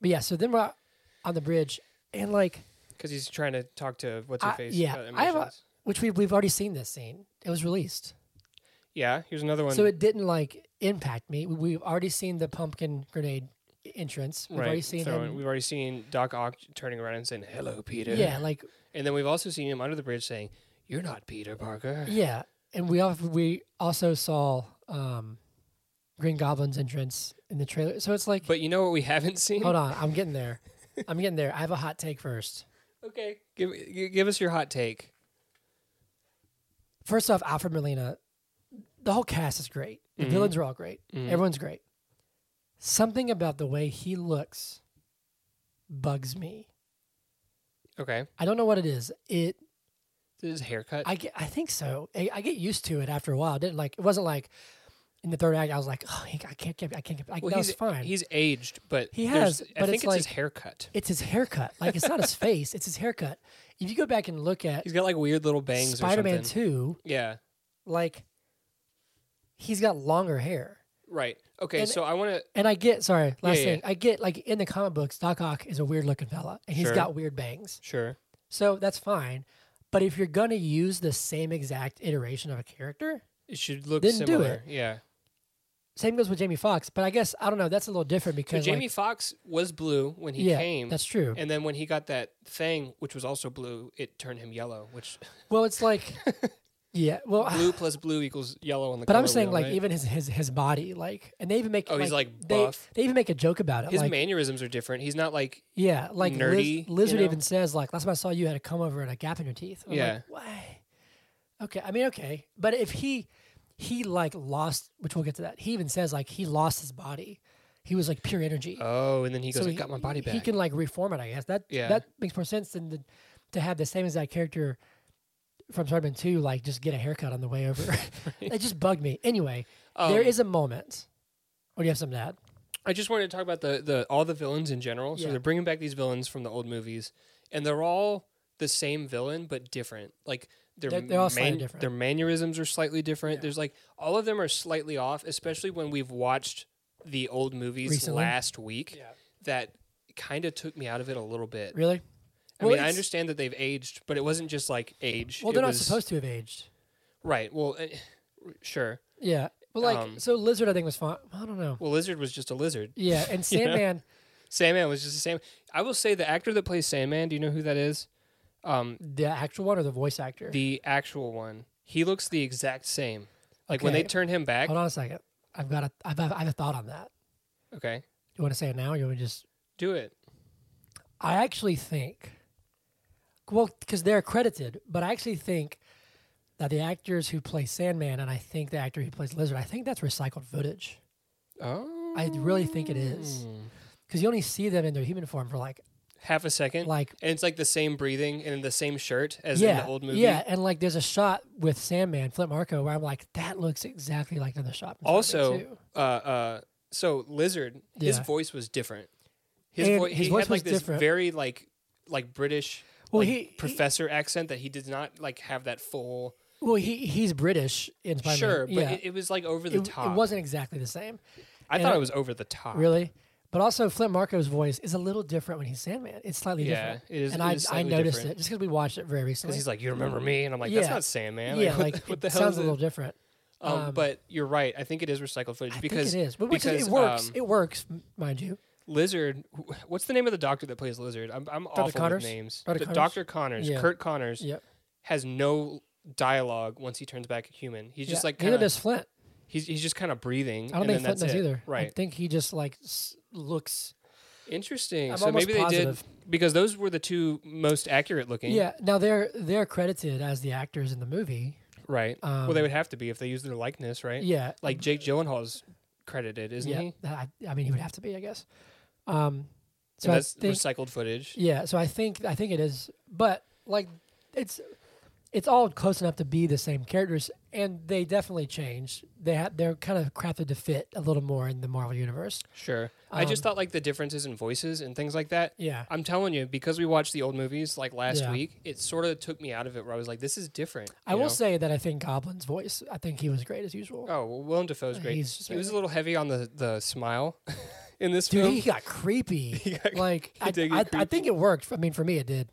but yeah, so then we're on the bridge, and like,
Because he's trying to talk to what's her
I,
face.
yeah,
about
I have a,
uh, emotions.
which we we've already seen this scene. It was released.
yeah. Here's another one.
So it didn't like impact me. We- We've already seen the pumpkin grenade e, entrance. We've
right.
already seen
throwing-
him.
We've already seen Doc Ock turning around and saying, "Hello, Peter."
Yeah, like
And then we've also seen him under the bridge saying, "You're not Peter Parker."
yeah, and we all, we also saw um, Green Goblin's entrance in the trailer. So it's like,
But you know what we haven't seen?
hold on, I'm getting there. I'm getting there. I have a hot take first.
Okay. Give gi- give us your hot take.
First off, Alfred Molina, the whole cast is great. The
Mm-hmm.
villains are all great. Everyone's great. Something about the way he looks bugs me.
Okay.
I don't know what it is. It
His haircut.
I get, I think so. I, I get used to it after a while. Didn't like it wasn't like in the third act. I was like, oh, he- I can't get, I can't get. Like,
Well,
that
he's
was fine.
He's aged, but
He
there's-
has,
I
but it's
think it's, his
like-
haircut.
it's his haircut. Like it's not his face. It's his haircut. If you go back and look at
He's got like weird little bangs.
Spider-Man
or something.
Two,
Yeah.
like he's got longer hair.
Right. Okay.
And-
so I want to.
And I get, sorry, last
Yeah, yeah.
thing. I get like in the comic books, Doc Ock is a weird looking fella, and he's
Sure.
got weird bangs.
Sure.
So that's fine. But if you're gonna use the same exact iteration of a character,
It should look
Then do
similar. Yeah.
same goes with Jamie Foxx. But I guess I don't know. That's a little different
So
because like,
Jamie Fox was blue when he
yeah,
came,
That's true.
and then when he got that thing, which was also blue, it turned him yellow. Which
well, it's like, yeah. Well,
blue plus blue equals yellow on the.
but I'm
color
saying
wheel,
like
right?
even his his his body, like, and they even make
Oh,
like,
he's, like,
they,
buff.
they even make a joke about it.
his
like,
mannerisms are different. He's not like
yeah, like Liz-
nerdy, you
Lizard
know?
even says like last time I saw you had a come over and a gap in your teeth. I'm
Yeah.
Like, Why? Okay, I mean okay, but if he he like lost, which we'll get to that. He even says like he lost his body. He was like pure energy.
oh, and then he goes, "I
he-
got my body back."
He can like reform it, I guess. That
Yeah.
that makes more sense than the, to have the same exact character from Spider-Man Two, like just get a haircut on the way over. it just bugged me. Anyway, there
Um,
is a moment. Or do you have something to add?
I just wanted to talk about the the all the villains in general. So
Yeah.
they're bringing back these villains from the old movies, and they're all the same villain but different. Like their
They're- they're all slightly
man-
different.
Their mannerisms are slightly different. There's like all of them are slightly off, especially when we've watched the old movies
Recently?
last week. That kind of took me out of it a little bit.
Really?
I
Well,
mean, I
it's-
understand that they've aged, but it wasn't just like age.
Well,
It
they're not
was-
supposed to have aged.
Right. Well, eh, sure.
Yeah. But like,
Um,
so Lizard, I think was fine. I don't know.
Well, lizard was just a lizard.
Yeah, and Sandman,
Sandman was just the same. I will say the actor that plays Sandman. Do you know who that is? Um,
the actual one or the voice actor?
the actual one. He looks the exact same. Like when they
Okay.
turn him back.
Hold on a second. I've got a, I've, I've, I have a thought on that.
Okay,
You want to say it now? Or you want to just?
do it.
I actually think, well, because they're credited, but I actually think that the actors who play Sandman and I think the actor who plays Lizard, I think that's recycled footage.
Oh,
I really think it is
Mm.
because you only see them in their human form for like,
half a second.
like
and it's like the same breathing and the same shirt as in
yeah,
the old movie.
yeah, and like there's a shot with Sandman, Flint Marco, where I'm like, that looks exactly like another shot. from Sandman
Also,
too."
uh, uh, so Lizard, his
Yeah.
voice was different. His,
And
vo-
his
he
voice
had
was
like this
different.
very like like British
Well,
like,
he- he-
professor accent that he did not like have that full.
well, he he's British in Spider-Man.
Sure, but
yeah.
it, it was like over the
It-
top.
it wasn't exactly the same.
I
and
thought
I-
it was over the top.
Really? But also, Flint Marco's voice is a little different when he's Sandman. It's slightly
Yeah,
different.
it is-
And
it
I,
is
I
slightly
noticed
different.
it just because we watched it very
Because
recently.
he's like, you remember me? And I'm like, that's
Yeah.
not Sandman.
yeah,
what
like
the- what
it
the hell
sounds
is
a
it?
little different.
Um,
um,
but you're right. I think it is recycled footage
I
because
think it is, but which is-
because,
it works.
um,
it works, m- mind you.
Lizard. wh- What's the name of the doctor that plays Lizard? I'm, I'm awful
Connors?
with names.
Dr.
The
Connors?
Dr. Connors,
Yeah.
Kurt Connors,
Yep.
has no dialogue once he turns back human. He's just
Yeah,
like
neither
kinda,
does Flint.
he's he's just kind of breathing.
I don't think
and then
Flint does
that's it.
either. I
Right.
think he just like s- looks.
Interesting.
I'm
so
almost
maybe
positive.
they did because those were the two most accurate looking.
Yeah. Now they're they're credited as the actors in the movie.
Right. well,
Um,
they would have to be if they used their likeness, right?
Yeah.
Like Jake Gyllenhaal's credited, isn't
yeah.
he?
I, I mean, he would have to be, I guess. Um. So
and
I
that's
think
recycled footage.
Yeah, so I think I think it is, but like it's it's all close enough to be the same characters, and they definitely change. They ha- they're kind of crafted to fit a little more in the Marvel universe.
Sure. I
Um,
just thought like the differences in voices and things like that.
Yeah,
I'm telling you, because we watched the old movies like last
Yeah.
week, it sort of took me out of it where I was like, this is different.
I
you
will
know?
say that I think Goblin's voice. I think he was great as usual.
Oh, well, Willem Dafoe's
Uh,
great.
he's just
he was a
amazing.
little heavy on the, the smile in this
Dude,
film.
he got creepy.
got-
like I,
did get
I, I
creepy.
think it worked. I mean, for me, it did.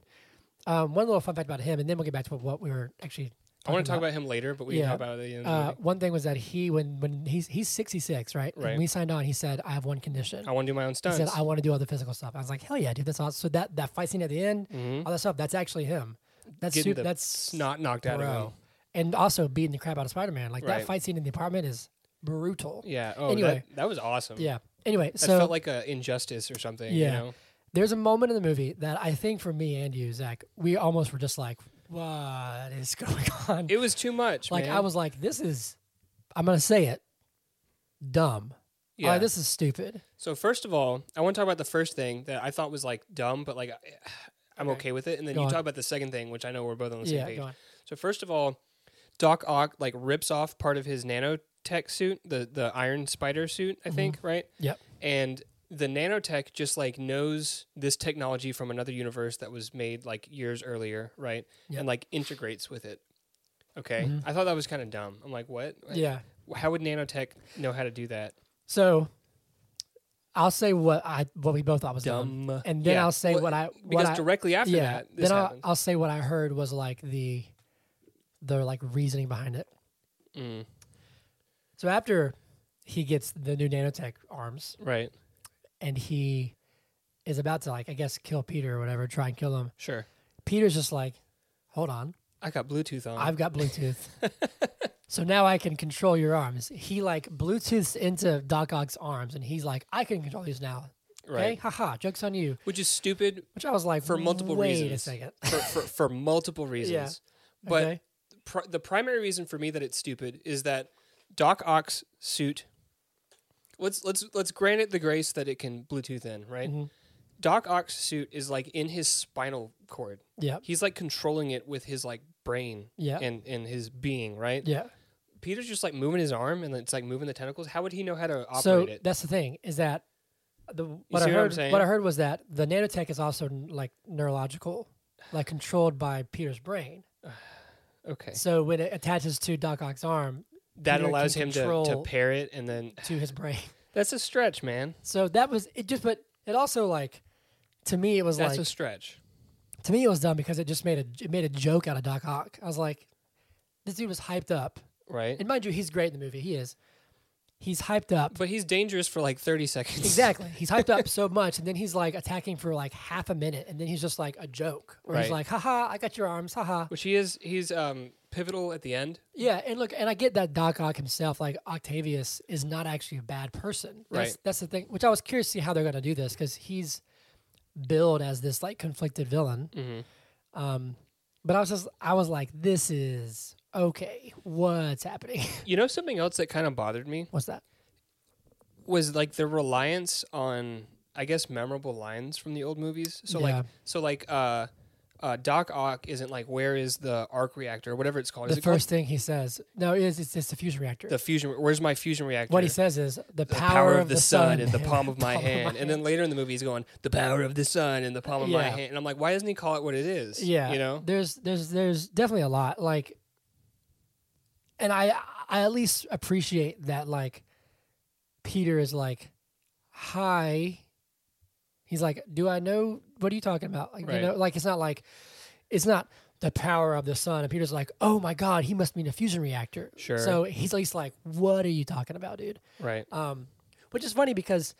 Um, one little fun fact about him, and then we'll get back to what we were actually.
I want to talk about him later, but we
Yeah.
can talk about it. In the
Uh,
movie.
one thing was that he, when when he's he's sixty six, right? When
Right.
we signed on, he said, "I have one condition."
I want to do my own
He
stunts.
said, "I want to do all the physical stuff." I was like, "Hell yeah, dude! That's awesome." So that that fight scene at the end,
Mhm.
all that stuff, that's actually him. That's
Getting
super,
the
that's
snot knocked out of him.
bro. And also beating the crap out of Spider Man. Like that
Right.
fight scene in the apartment is brutal. Yeah.
Yeah. Oh,
Anyway.
that, that was awesome.
Anyway,
That
so
felt like an injustice or something.
Yeah.
You know?
there's a moment in the movie that I think for me and you, Zach, we almost were just like, "What is going on?"
It was too much.
like
man.
I was like, "This is," I'm gonna say it, dumb. Yeah.
Yeah.
this is stupid.
so first of all, I want to talk about the first thing that I thought was like dumb, but like I- I'm okay, with it. And then
Go
you
on.
talk about the second thing, which I know we're both on the same
Yeah.
page.
Go on.
So first of all, Doc Ock like rips off part of his nanotech suit, the the Iron Spider suit, I think, right?
Mm-hmm. Yep.
And the nanotech just like knows this technology from another universe that was made like years earlier,
Yep.
right?
Mm-hmm.
And like integrates with it. Okay, I thought that was kind of dumb. I'm like, what?
Yeah.
How would nanotech know how to do that?
So I'll say what I what we both thought was dumb,
Dumb.
and then I'll say
Well,
what I what
because
I,
directly after
yeah.
that, this
then I'll,
happened.
I'll say what I heard was like the the like reasoning behind it.
Mm,
So after he gets the new nanotech arms
right.
and he is about to like I guess kill Peter or whatever, try and kill him.
Sure.
Peter's just like, hold on,
I got Bluetooth on.
I've got Bluetooth. So now I can control your arms. He like Bluetooths into Doc Ock's arms, and he's like, "I can control these now." Okay,
right.
haha, jokes on you.
Which is stupid
Which I was like,
for multiple
wait
reasons.
a second.
for, for, for multiple reasons. But
okay.
pr- the primary reason for me that it's stupid is that Doc Ock's suit. Let's let's let's grant it the grace that it can Bluetooth in, right?
Mm-hmm.
Doc Ock's suit is like in his spinal cord.
yeah,
He's like controlling it with his like brain
Yeah.
and and his being, right?
yeah.
Peter's just like moving his arm and it's like moving the tentacles. How would he know how to operate
So
it?
that's the thing is that the what I
see what I'm
heard what,
saying?
I heard was that the nanotech is also like neurological, like controlled by Peter's brain.
Okay,
So when it attaches to Doc Ock's arm
that
Peter
allows
can
him to, to
control-
pair it, and then
to his brain,
that's a stretch, man.
so that was it. Just but it also like to me it was
That's
like
a stretch.
to me it was dumb because it just made a it made a joke out of Doc Ock. I was like, this dude was hyped up,
right?
and mind you, he's great in the movie. He is. He's hyped up.
but he's dangerous for like 30 seconds.
Exactly. He's hyped up so much, and then he's like attacking for like half a minute, and then he's just like a joke, where he's
Right.
like, "Haha, I got your arms, haha."
Which he is, he's um, pivotal at the end.
Yeah, and look, and I get that Doc Ock himself, like Octavius, is not actually a bad person. That's,
Right.
That's the thing. Which I was curious to see how they're going to do this because he's billed as this like conflicted villain.
Mm-hmm.
Um, but I was just, I was like, this is okay. What's happening?
You know, something else that kind of bothered me
What's that?
was like the reliance on, I guess, memorable lines from the old movies. So,
Yeah.
like, so like, uh, uh, Doc Ock isn't like, where is the arc reactor or whatever it's called? is
the
it called
first thing he says, no, it's it's, it's the fusion reactor.
the fusion? Where's my fusion reactor?
what he says is the,
The power, of, the, sun in the palm of my hand. and then later in the movie, he's going, the power of the sun in the palm of my
Yeah.
hand. And I'm like, why doesn't he call it what it is?
Yeah,
You know?
there's there's there's definitely a lot like, and I I at least appreciate that like, Peter is like, hi. He's like, do I know what are you talking about? Like, you
Right.
know, like it's not like, it's not the power of the sun. And Peter's like, oh my god, he must mean a fusion reactor.
Sure.
So he's at least like, what are you talking about, dude?
Right.
Um, which is funny because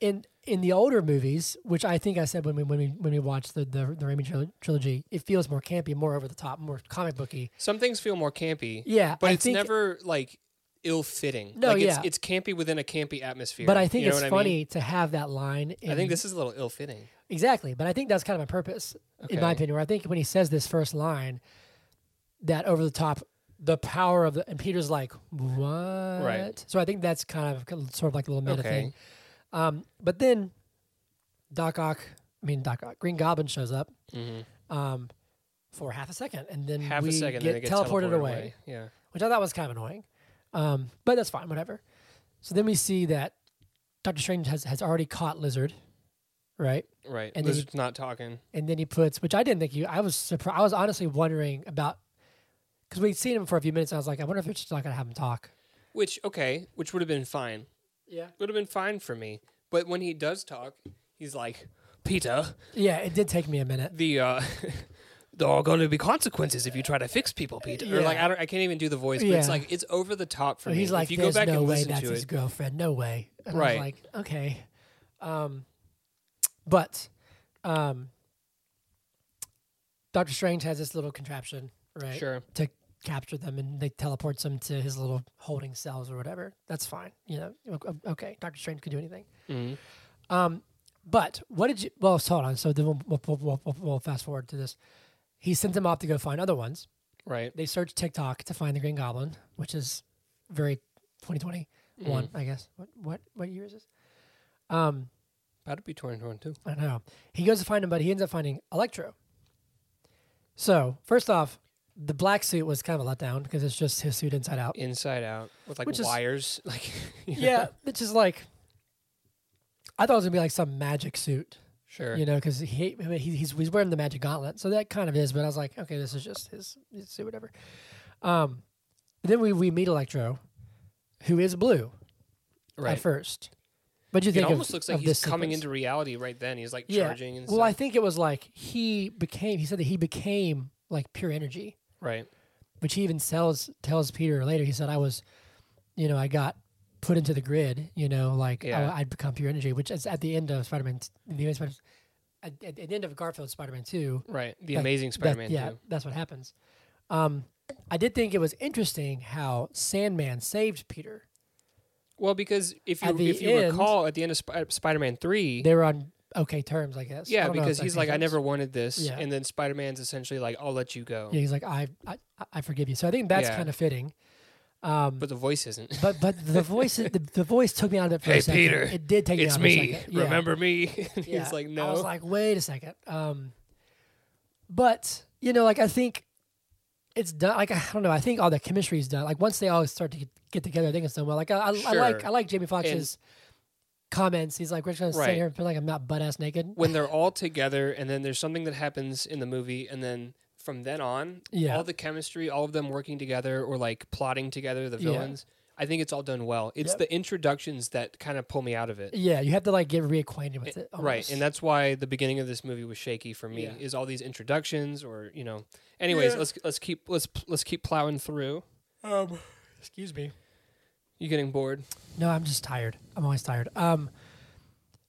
in in the older movies, which I think I said when we when we when we watched the the, the Raimi tril- trilogy, it feels more campy, more over the top, more comic booky.
Some things feel more campy,
Yeah,
but
I
it's
think-
never like ill fitting.
No,
like,
yeah.
it's, it's campy within a campy atmosphere.
But I think
You know
it's
what
funny
I, mean?
to have that line. In,
I think this is a little ill fitting.
exactly, but I think that's kind of my purpose, in my
Okay.
opinion. Where I think when he says this first line, that over the top, the power of the and Peter's like what? Right. So I think that's kind of sort of like a little meta
Okay.
thing. Um, but then Doc Ock, I mean Doc Ock, Green Goblin shows up um, for half a second, and then
Mm-hmm. Half
we
a second,
get
then it gets
teleported, away,
Yeah,
which I thought was kind of annoying. Um, but that's fine, whatever. So then we see that Doctor Strange has, has already caught Lizard, right?
right.
And
And
then
Lizard's not talking.
And then he puts, which I didn't think you. I was surprised. I was honestly wondering about because we'd seen him for a few minutes. And I was like, I wonder if they're just not gonna have him talk.
Which okay, which would have been fine.
Yeah.
Would have been fine for me. But when he does talk, he's like, Peter,
Yeah, it did take me a minute.
the uh there are going to be consequences if you try to fix people, Peter. Or like
Yeah.
I, don't, I can't even do the voice, but
Yeah.
it's like it's over the top for
But
me.
he's like,
if you go
there's
back
no
and
way
listen
that's
to
his
it,
girlfriend. No way. And I was
Right.
like, okay. Um, but um, Doctor Strange has this little contraption, right?
sure.
To capture them and they teleports them to his little holding cells or whatever. That's fine. You know, o- o- okay. Doctor Strange could do anything.
Mhm.
Um, but what did you? Well, so hold on. So then we'll, we'll, we'll, we'll, we'll- we'll fast forward to this. He sent them off to go find other ones.
Right.
They searched TikTok to find the Green Goblin, which is very 2021, I guess. What what what year is this? Um,
That'd be 2022.
I don't know. He goes to find him, but he ends up finding Electro. So first off, the black suit was kind of a letdown because it's just his suit inside out.
Inside out with like
Which is-
wires, like you know?
yeah, it's just like I thought it was gonna be like some magic suit.
sure.
you know, because he, I mean, he he's he's wearing the magic gauntlet, so that kind of is. But I was like, okay, this is just his, his suit, whatever. Um, then we we meet Electro, who is blue
right.
at first. But you
It
think of-
almost looks like
of
he's
this
coming
sequence?
into reality right then. He's like
yeah.
charging and
well, I
stuff.
think it was like he became. He said that he became like pure energy,
right.
which he even tells tells Peter later. He said, "I was, you know, I got." Put into the grid, you know, like
Yeah.
I, would become pure energy, which is at the end of Spider Man, the Spider- at, at the end of Garfield Spider Man Two,
Right. The
That-
amazing
that-
Spider-Man
yeah,
too.
that's what happens. Um, I did think it was interesting how Sandman saved Peter.
Well, because if you
At the
if you
end-
recall at the end of Sp- Spider-Man 3,
They were on okay terms, I guess. I
Yeah,
don't know if
because
that's
he's like, I
terms.
never wanted this,
Yeah.
and then Spider Man's essentially like, I'll let you go,
Yeah, he's like, I, I, I forgive you. So I think that's
Yeah.
kind of fitting. Um,
but the voice isn't.
but but the voice the, the voice took me out of it for
Hey,
a second.
Peter,
it did take
it's
me out.
me.
Of it for a second. Yeah.
Remember me? And
Yeah.
He's like,
I
no.
was like, wait a second. Um, but you know, like I think it's done. Like I don't know. I think all the chemistry is done. Like once they all start to get, get together, I think it's done well. Like I, I, I like
Sure.
I like Jamie Foxx's comments. He's like, we're just gonna sit
Right.
here and pretend like I'm not butt ass naked.
when they're all together, and then there's something that happens in the movie, and then from then on,
Yeah.
all the chemistry, all of them working together or like plotting together, the
Yeah.
villains. I think it's all done well. It's
Yep.
the introductions that kind of pull me out of it.
yeah, you have to like get reacquainted with it.
Right, and
that
that's why the beginning of this movie was shaky for me.
Yeah.
Is all these introductions, or you know, anyways,
Yeah.
let's let's keep let's let's keep plowing through.
um, excuse me.
You getting bored?
No, I'm just tired. I'm always tired. Um,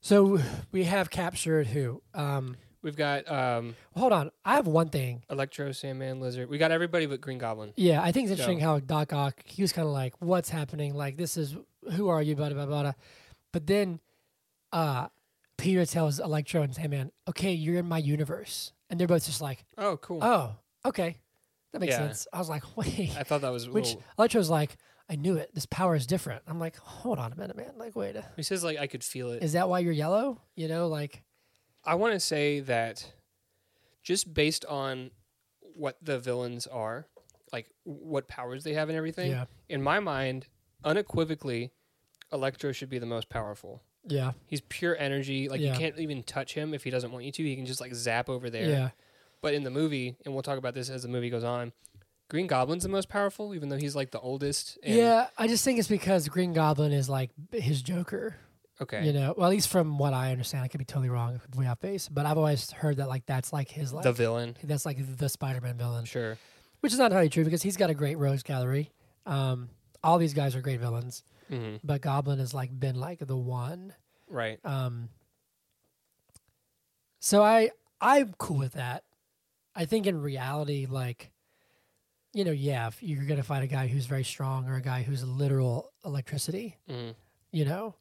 so we have captured who? Um,
We've got um,
hold on. I have one thing
Electro, Sandman, Lizard. We got everybody but Green Goblin.
Yeah, I think it's interesting
So-
how Doc Ock he was kind of like, "What's happening? Like, this is who are you?" Blah blah blah. blah. But then, uh, Peter tells Electro and Sandman, "Okay, you're in my universe," and they're both just like,
Oh, cool.
"Oh, okay, that makes
Yeah.
sense." I was like, "Wait,"
I thought that was
which
little-
Electro's like, "I knew it. This power is different." I'm like, "Hold on a minute, man. Like, wait,
He says like I could feel it.
is that why you're yellow? You know, like,
I want to say that just based on what the villains are, like what powers they have and everything.
yeah,
In my mind, unequivocally, Electro should be the most powerful.
yeah,
He's pure energy. Like
Yeah.
you can't even touch him if he doesn't want you to. He can just like zap over there.
yeah,
But in the movie, and we'll talk about this as the movie goes on, Green Goblin's the most powerful, even though he's like the oldest. And,
yeah." I just think it's because Green Goblin is like his Joker.
Okay.
You know, well, at least from what I understand, I could be totally wrong way off base, but I've always heard that like that's like his like
the villain.
that's like the Spider-Man villain,
Sure.
which is not entirely true because he's got a great rogues gallery. Um, all these guys are great villains,
hmm
but Goblin has like been like the one.
Right.
Um, So I I'm cool with that. I think in reality, like, you know, yeah, if you're gonna fight a guy who's very strong or a guy who's literal electricity,
Mhm.
you know,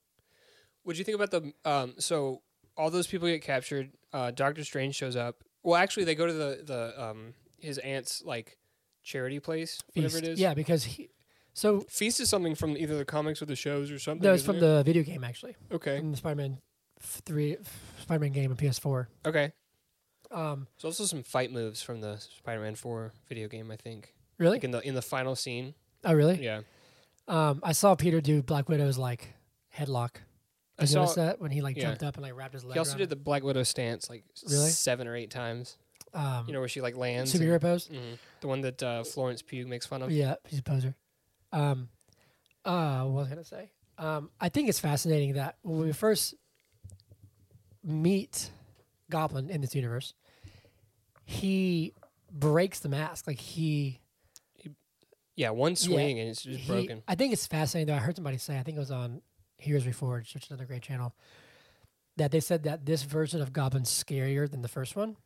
What'd you think about the? Um, so all those people get captured. Uh, Doctor Strange shows up. Well, actually, they go to the the um, his aunt's like charity place, whatever
feast.
it is.
Yeah, because he. So
Feast is something from either the comics or the shows or something.
that was
isn't
from
it?
the video game actually,
Okay.
from the Spider-Man f- three, f- Spider-Man game and PS4.
Okay.
Um,
There's also some fight moves from the Spider-Man 4 video game, I think.
really?
Like in the in the final scene.
Oh, really?
Yeah.
Um, I saw Peter do Black Widow's like headlock.
I
I
saw.
noticed that when he like
yeah.
jumped up and like wrapped his leg.
He also
around
did the Black Widow stance like
Really?
seven or eight times.
him. um,
You know where she like lands. and-
superhero pose.
Mhm. The one that uh, Florence Pugh makes fun of.
Yeah, he's a poser. Um, uh, what was I gonna say? Um, I think it's fascinating that when we first meet Goblin in this universe, he breaks the mask. Like he,
Yeah, one swing and it's just
he-
broken.
I think it's fascinating though. I heard somebody say, I think it was on Heroes Reforged, which is another great channel, that they said that this version of Goblin's scarier than the first one.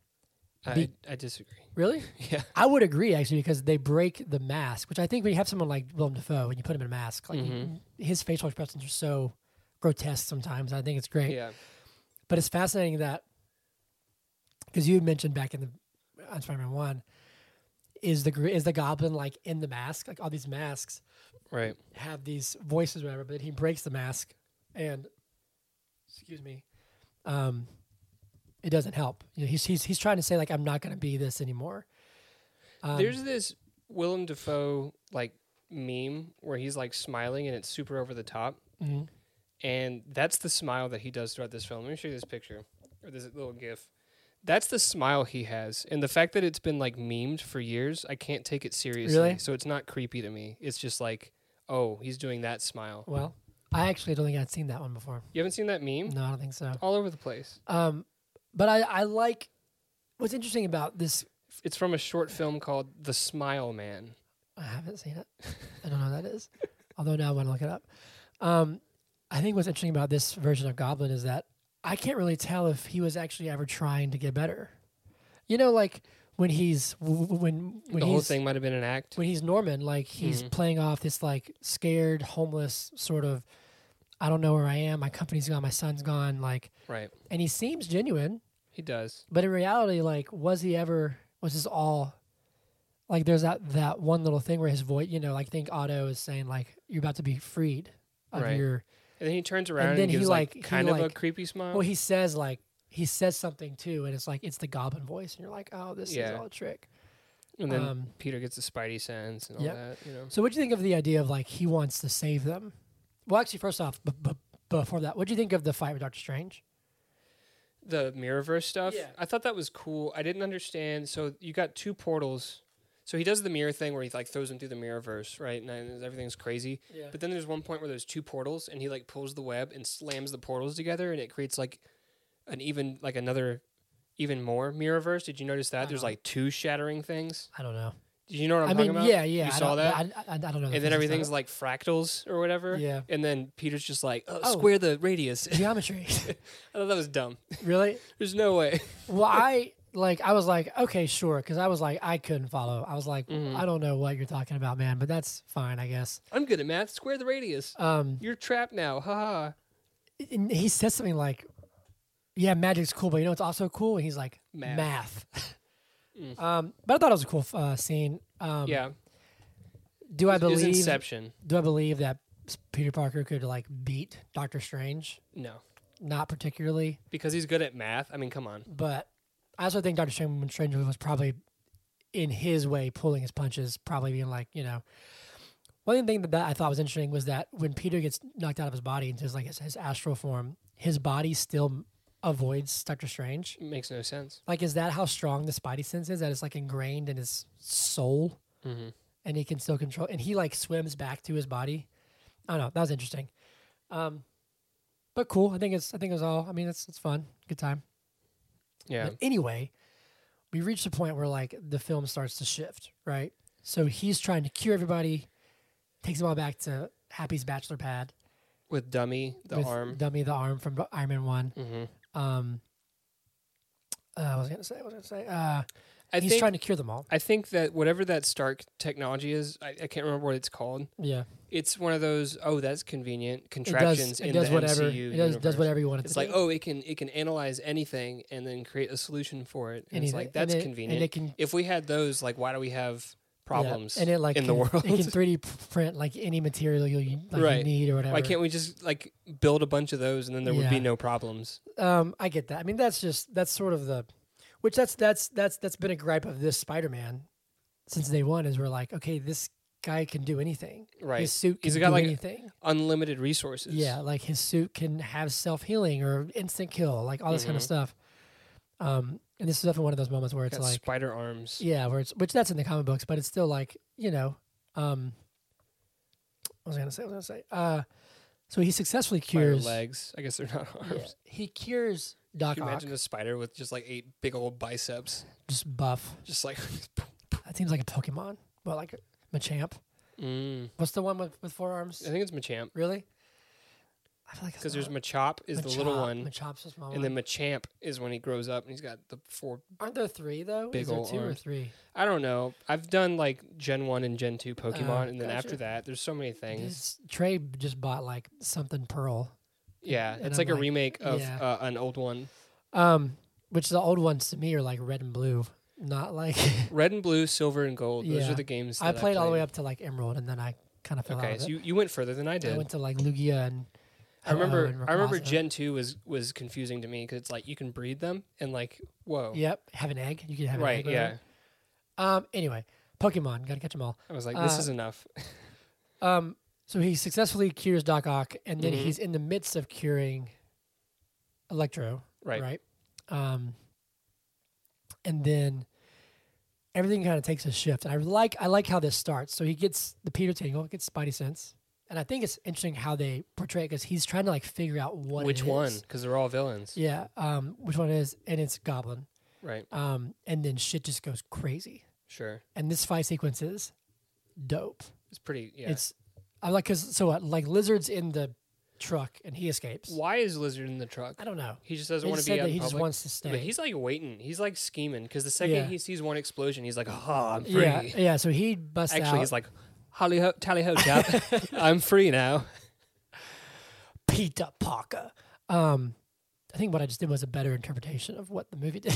I,
the-
I disagree.
Really?
Yeah.
I would agree actually because they break the mask, which I think when you have someone like Willem Dafoe and you put him in a mask, like
Mhm.
his facial expressions are so grotesque sometimes. I think it's great,
Yeah.
but it's fascinating that because you had mentioned back in the on Spider-Man One is the gr- is the Goblin like in the mask? Like all these masks
Right.
have these voices, or whatever. But he breaks the mask, and excuse me, um, it doesn't help. You know, he's he's he's trying to say like I'm not going to be this anymore. Um,
There's this Willem Dafoe like meme where he's like smiling and it's super over the top.
Mhm.
And that's the smile that he does throughout this film. Let me show you this picture or this little gif. That's the smile he has. And the fact that it's been like memed for years, I can't take it seriously.
Really?
So it's not creepy to me. It's just like, oh, he's doing that smile.
Well, I actually don't think I'd seen that one before.
You haven't seen that meme?
No, I don't think so.
All over the place.
Um, but I, I like what's interesting about this.
It's from a short film called The Smile Man.
I haven't seen it. I don't know what that is. Although now I want to look it up. Um, I think what's interesting about this version of Goblin is that I can't really tell if he was actually ever trying to get better. You know, like when he's w- w- when when
the whole
he's
thing Mm-hmm. might have been an act.
when he's Norman, like he's playing off this like scared, homeless sort of. I don't know where I am. My company's gone. My son's gone. Like,
Right.
and he seems genuine.
He does.
But in reality, like, was he ever? Was this all? Like, there's that that one little thing where his voice, you know, like, I think Otto is saying like, "You're about to be freed of
Right.
your."
And then he turns around and,
then he,
gives like,
like- he,
kind of
like-
a creepy smile.
Well, he says like he says something too, and it's like it's the Goblin voice, and you're like, "Oh, this
Yeah.
is all a trick."
and then
um,
Peter gets the Spidey sense and all
Yep.
that. You know.
So, what do you think of the idea of like he wants to save them? Well, actually, first off, b- b- before that, what do you think of the fight with Doctor Strange?
the mirrorverse stuff.
Yeah.
I thought that was cool. I didn't understand. So you got two portals. So he does the mirror thing where he like throws him through the mirrorverse, right? And then everything's crazy.
Yeah.
But then there's one point where there's two portals, and he like pulls the web and slams the portals together, and it creates like an even like another even more mirrorverse. Did you notice that? There's
Uh-huh.
like two shattering things.
I don't know.
Did you know what I'm
I
talking
mean,
about?
yeah, yeah.
You
I
saw
don't-
that?
I, I, I don't know. the
and then
physics of
everything's
it.
like fractals or whatever.
Yeah.
And then Peter's just like, oh,
Oh.
square the radius. I
geometry.
thought that was dumb.
really?
There's no way.
Well, I like I was like, okay, sure, because I was like, I couldn't follow. I was like,
Mm-hmm.
I don't know what you're talking about, man, but that's fine, I guess.
I'm good at math. Square the radius.
Um,
You're trapped now. Ha ha.
and he says something like, "Yeah, magic's cool, but you know what's also cool?" And he's like,
Math. Mm.
"Math." Um, but I thought it was a cool uh, scene. Um,
Yeah.
Do I
Is
believe?
Inception.
Do I believe that Peter Parker could like beat Doctor Strange?
No.
Not particularly,
Because he's good at math. I mean, come on.
but I also think Doctor Strange, Strange was probably in his way pulling his punches, probably being like, you know. One thing that, that I thought was interesting was that when Peter gets knocked out of his body into his, like his, his astral form, his body still avoids Doctor Strange.
It makes no sense.
Like, is that how strong the Spidey sense is? That it's like ingrained in his soul,
Mhm.
and he can still control. And he like swims back to his body. I don't know. That was interesting, um, but cool. I think it's. I think it was all. I mean, it's it's fun. Good time.
Yeah.
But anyway, we reached a point where like the film starts to shift, right? So he's trying to cure everybody, takes them all back to Happy's bachelor pad
With Dummy, the
with
arm. Mm-hmm.
dummy the arm from Iron Man One.
hmm
Um, Uh, I was gonna say. I was gonna say. Uh,
I
he's
think
trying to cure them all.
I think that whatever that Stark technology is, I, I can't remember what it's called.
Yeah,
It's one of those oh that's
it
convenient
does.
contraptions
It
in
does
the
whatever.
MCU.
it does, does
universe.
whatever you want it
It's
to
like
do.
oh it can it can analyze anything and then create a solution for it. And it's
Anything.
like that's
and it,
convenient.
And it can
if we had those, like why do we have problems
yeah. and it like
in
can,
the world?
It can 3D p- print like any material you- you like you
Right.
need or whatever.
Why can't we just like build a bunch of those and then there would
Yeah.
be no problems?
Um, I get that. I mean, that's just that's sort of the, which that's that's that's that's been a gripe of this Spider-Man since day one is we're like, okay, this guy can do anything.
Right.
His suit can
He's
do
got, like,
anything.
Unlimited resources.
Yeah, like his suit can have self healing or instant kill, like all this kind of
Mhm.
stuff. Um, and this is definitely one of those moments where it's
Got
like,
spider arms.
yeah, where it's which that's in the comic books, but it's still like you know, um, what was I gonna say? What was I gonna say? Uh, so he successfully
spider
cures.
legs. I guess they're not arms.
Yeah, he cures Doc
Can you
Ock.
imagine a spider with just like eight big old biceps?
Just buff.
Just like
That seems like a Pokemon, but like a Machamp.
Mm.
What's the one with, with four
I
arms?
think it's Machamp.
Really? I feel like it's
Because there's
not.
Machop is the little
Machop.
one,
Machop's the small
and
one.
then Machamp is when he grows up and he's got the four.
Aren't there three though?
Big
Is there
ol'
two or
arms.
three?
I don't know. I've done like Gen One and Gen Two Pokemon, and then
Uh, gotcha.
after that, there's so many things.
This- Trey b- just bought like something Pearl,
Yeah,
and
it's
I'm
like a
like,
remake of
yeah.
uh, an old one.
um, which the old ones to me are like red and blue, not like.
Red and blue, silver and gold. Those
Yeah.
are the games. That
I played all the way up to like Emerald, and then I kind of fell out
Okay,
of
so
it.
you, you went further than I
I
did.
went to like Lugia and.
I remember.
Ho-Oh and
I remember
Rayquaza.
Gen Two was was confusing to me because it's like you can breed them and like whoa.
Yep, have an egg. You can have
Right.
an egg. or
Yeah.
whatever. Um. Anyway, Pokemon. Gotta catch them all.
I was like, this
Uh,
is enough.
Um, so he successfully cures Doc Ock, and then
Mhm.
he's in the midst of curing Electro, right?
Right.
Um, and then everything kind of takes a shift. And I like I like how this starts. So he gets the Peter Tingle, gets Spidey sense, and I think it's interesting how they portray it because he's trying to like figure out what it
Which one?
is.
Because they're all villains.
Yeah, um, which one it is? And it's Goblin.
Right.
Um, and then shit just goes crazy.
Sure.
And this fight sequence is dope.
It's pretty. Yeah.
It's I like because so what? Like lizards in the truck and he escapes.
Why is Lizard in the truck?
I don't know.
He just doesn't
They
want
just
to be
said
out
that
in
he
public.
just wants to stay.
But he's like waiting. He's like scheming because the second
Yeah.
he sees one explosion, he's like, "Ah, I'm free."
yeah, yeah. So he busts
Actually,
out.
he's like, "Holly ho, tally ho, chap, I'm free now."
Peter Parker. Um, I think what I just did was a better interpretation of what the movie did.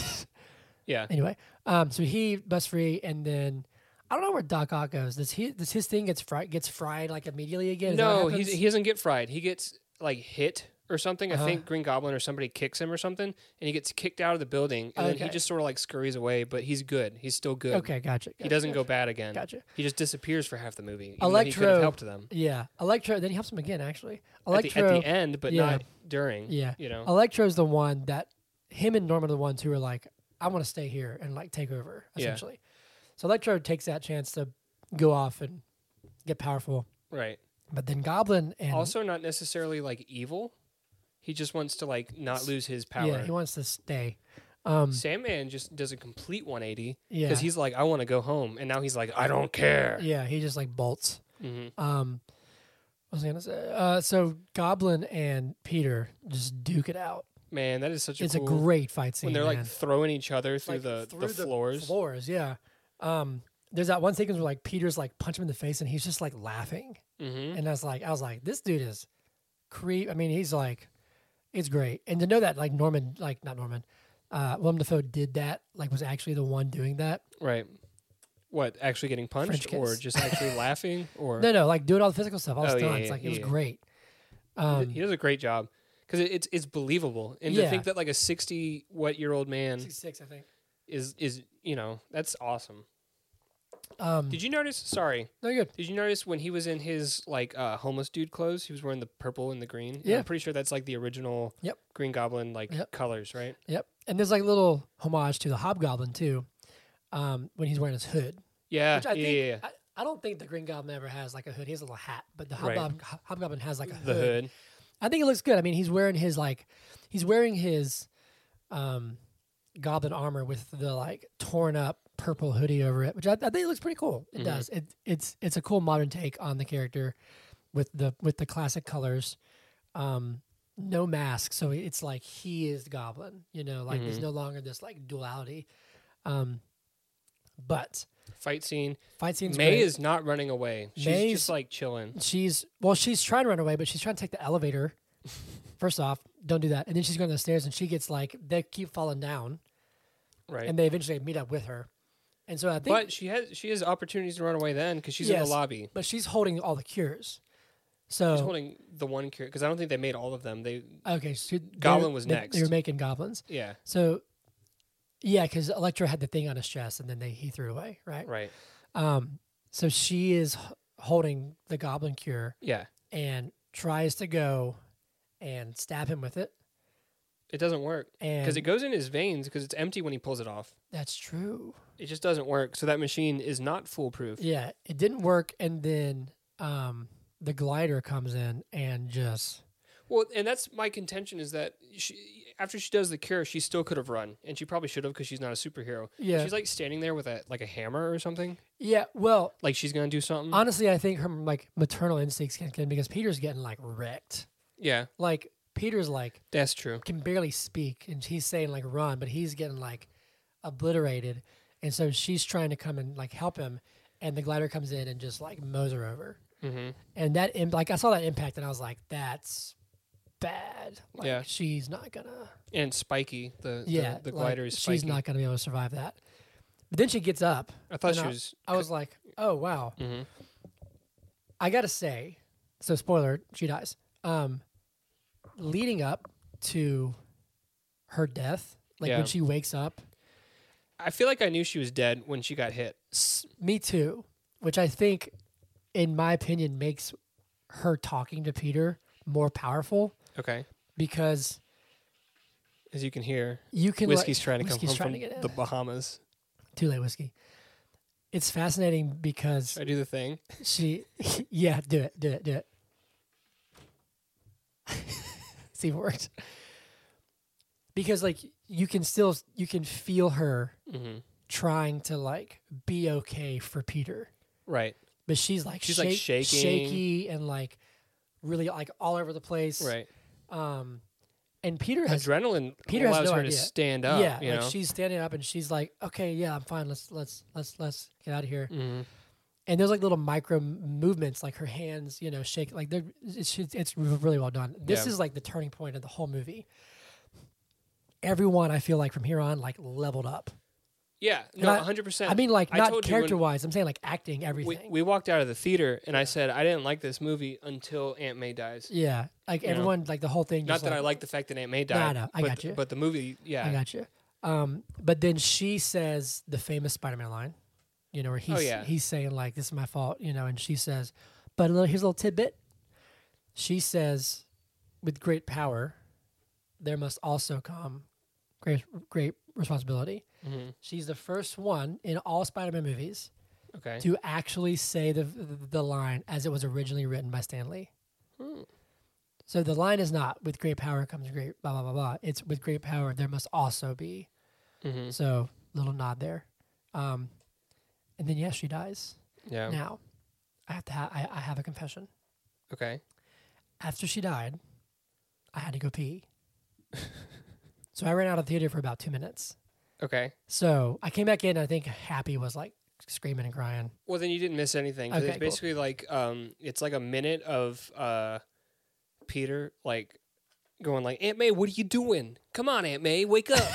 Yeah,
anyway, um, so he busts free, and then I don't know where Doc Ock goes. Does he? Does his thing gets fried? Gets fried like immediately again? Is that what
no, he
happens?
he doesn't get fried. He gets like hit or something.
Uh-huh.
I think Green Goblin or somebody kicks him or something, and he gets kicked out of the building. And then
Okay.
he just sort of like scurries away. But he's good. He's still good.
okay. Gotcha.
He doesn't go
gotcha,
bad again.
Gotcha.
He just disappears for half the movie. even though he could
Electro-
have helped them
Yeah, Electro. Then he helps him again. Actually,
at the,
Electro.
at the end, but
yeah.
not during.
Yeah.
you know.
Electro's the one that him and Norman are the ones who are like, I want to stay here and like take over,
Yeah.
essentially. So Electro takes that chance to go off and get powerful.
Right.
But then Goblin and
also not necessarily like evil. He just wants to like not lose his power.
yeah, he wants to stay. Um,
Sandman just does a complete 180
yeah,
because he's like, I want to go home, and now he's like, I don't care.
yeah, he just like bolts.
hmm
Um, what was I gonna say? Uh, so Goblin and Peter just duke it out.
Man, that is such a
It's
cool-
a great fight scene.
when they're like
man.
throwing each other through
Like,
the
through
the floors.
floors, yeah. Um, there's that one sequence where like Peter's like punch him in the face and he's just like laughing.
hmm
And that's like, I was like, this dude is creep. I mean, he's like, it's great. And to know that, like, Norman, like, not Norman, uh, Willem Dafoe did that, like, was actually the one doing that.
Right. What actually getting punched
kiss.
or just actually laughing or
No, no, like, doing all the physical stuff, all the
Oh, yeah,
stunts.
yeah,
like, it was
yeah.
great.
He d-
Um,
he does a great job because it, it's it's believable and
Yeah.
to think that like a 60 what year old man
66, I think.
is is you know that's awesome.
Um,
Did you notice? Sorry,
no, you're good.
Did you notice when he was in his like uh, homeless dude clothes, he was wearing the purple and the green? And
Yeah.
I'm pretty sure that's like the original
Yep.
Green Goblin like
Yep.
colors, right?
Yep. And there's like a little homage to the Hobgoblin, too, um, when he's wearing his hood.
Yeah,
Which I
yeah,
think,
yeah, yeah.
I, I don't think the Green Goblin ever has like a hood. He has a little hat, but the
Right.
Hobgoblin, Hobgoblin has like a
the hood.
I think it looks good. I mean, he's wearing his like, he's wearing his, um, goblin armor with the like torn up purple hoodie over it, which I, I think it looks pretty cool. It
Mhm.
does. It it's it's a cool modern take on the character, with the with the classic colors, um, no mask, so it's like he is the Goblin. You know, like
Mm-hmm.
there's no longer this like duality. Um, but
Fight scene.
fight scenes.
May
great.
is not running away. She's
May's-
just like chilling.
she's well, she's trying to run away, but she's trying to take the elevator. First off, don't do that. And then she's going to the stairs, and she gets like they keep falling down,
Right.
and they eventually meet up with her. And so I think,
but she has she has opportunities to run away then because she's in
Yes. Oh.
the lobby.
but she's holding all the cures. So
She's holding the one cure because I don't think they made all of them. They
okay, so
Goblin was
they- They were
next.
making goblins.
yeah
So yeah, because Electra had the thing on his chest, and then they he threw away, right?
right
Um, so she is h- holding the goblin cure
yeah
and tries to go and stab him with it.
it doesn't work
And
because it goes in his veins because it's empty when he pulls it off.
that's true.
It just doesn't work. So that machine is not foolproof.
Yeah, it didn't work, and then um, the glider comes in and just
Well, and that's my contention is that she, after she does the cure, she still could have run, and she probably should have because she's not a superhero.
yeah
She's like standing there with a like a hammer or something,
yeah. Well,
like she's gonna do something.
honestly, I think her like maternal instincts kick in because Peter's getting like wrecked.
yeah,
Like Peter's like
that's true.
can barely speak, and he's saying like run, but he's getting like obliterated, and so she's trying to come and like help him, and the glider comes in and just like mows her over,
hmm
and that im- like I saw that impact, and I was like, that's bad. Like,
Yeah.
she's not gonna.
And spiky, the
yeah,
the, the
like,
glider is spiky.
She's not going to be able to survive that. But then she gets up.
I thought
and
she was.
I was like, oh wow.
hmm
I gotta say, so spoiler, she dies. Um, leading up to her death, like
Yeah.
when she wakes up,
I feel like I knew she was dead when she got hit.
s- me too, which I think, in my opinion, makes her talking to Peter more powerful
Okay,
because
as you can hear,
you can let-
whiskey's trying to
Whiskey's
come
trying
home
to get
from
in.
the Bahamas.
too late whiskey. It's fascinating because
Should I do the thing.
She, yeah, do it, do it, do it. See if it works. Because like you can still you can feel her
hmm
trying to like be okay for Peter,
Right,
but she's like
She's, like, shaking.
shaky, and like really like all over the place.
right.
Um, and Peter has
Adrenaline
Peter has
allows
no
her
idea.
to stand up.
yeah,
you
like
know?
she's standing up and she's like, okay, yeah, I'm fine. Let's let's let's let's get out of here.
hmm
and there's like little micro m- movements, like her hands, you know, shake. Like they're- it's just- it's really well done. This
Yeah.
is like the turning point of the whole movie. Everyone, I feel like from here on, like leveled up.
Yeah,
And
no,
I-
hundred percent.
I mean, like
I
not
told you
character
when-
wise. I'm saying like acting,
we,
everything.
we walked out of the theater, and I said I didn't like this movie until Aunt May dies.
yeah, like
You know?
everyone, like the whole thing.
Not
just,
that I
like,
like the fact that Aunt May
No,
died.
no, I
but,
got you.
But the movie, yeah,
I got you. Um, but then she says the famous Spider-Man line, you know, where he's
Oh, yeah.
he's saying like, "This is my fault," you know, and she says, "But a little here's a little tidbit." She says, "With great power, there must also come great great responsibility."
Mhm.
She's the first one in all Spider-Man movies
okay,
to actually say the the line as it was originally written by Stan Lee.
Hmm.
So the line is not "With great power comes great blah blah blah blah." It's "With great power there must also be."
hmm
So little nod there. Um, and then yes, she dies.
yeah,
Now, I have to. Ha- I, I have a confession.
okay.
After she died, I had to go pee. so I ran out of the theater for about two minutes.
Okay.
So I came back in. And I think Happy was like screaming and crying.
Well, then you didn't miss anything. 'cause
Okay,
it's
cool.
basically like um, it's like a minute of uh, Peter like going like Aunt May, what are you doing? Come on, Aunt May, wake up.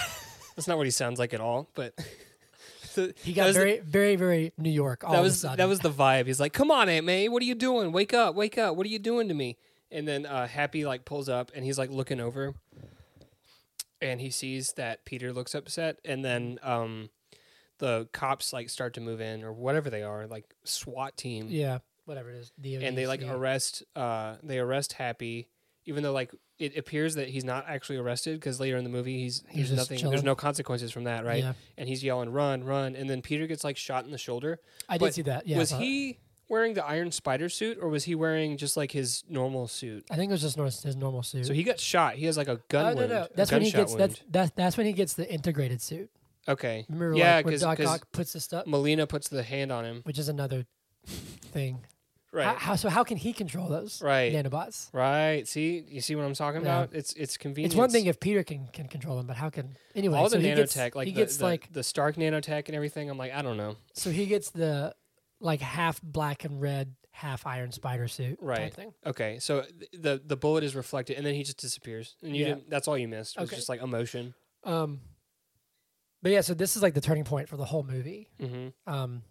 That's not what he sounds like at all, but. so
He
that
got
was the-
very, very, very New York. All
that
of a
was
sudden.
that was the vibe. He's like, "Come on, Aunt May, what are you doing? Wake up, wake up! What are you doing to me?" And then uh, Happy like pulls up and he's like looking over, and he sees that Peter looks upset, and then um, the cops like start to move in or whatever they are, like SWAT team,
yeah, whatever it is. DOD,
and they like
yeah.
arrest uh, they arrest Happy, even though like it appears that he's not actually arrested because later in the movie he's
He's
there's
just
nothing
chilling.
there's no consequences from that right,
Yeah.
and he's yelling run run, and then Peter gets like shot in the shoulder.
I did
but
see that. Yeah, I
was
saw that.
he wearing the Iron Spider suit or was he wearing just like his normal suit?
I think it was just nor- his normal suit.
So he got shot. He has like a gun
oh, no,
wound.
no,
a
that's when he
gunshot
gets that's,
wound.
that's that's when he gets the integrated suit.
Okay.
Remember,
yeah,
like, where
because
Doc Ock puts the stuff,
Melina puts the hand on him.
which is another thing. How,
Right.
how, so how can he control those
Right.
nanobots?
Right. See, you see what I'm talking
Yeah.
about? It's it's convenient.
It's one thing if Peter can, can control them, but how can anyway?
all
so
the
he
nanotech,
gets,
like
he
the,
gets
the-
like
the Stark nanotech and everything. I'm like, I don't know.
so he gets the like half black and red, half iron spider suit
Right.
type thing.
Okay, so th- the the bullet is reflected, and then he just disappears, and you
Yeah.
didn't, that's all you missed was
Okay.
just like emotion.
Um, but yeah, so this is like the turning point for the whole movie.
Mm-hmm.
Um,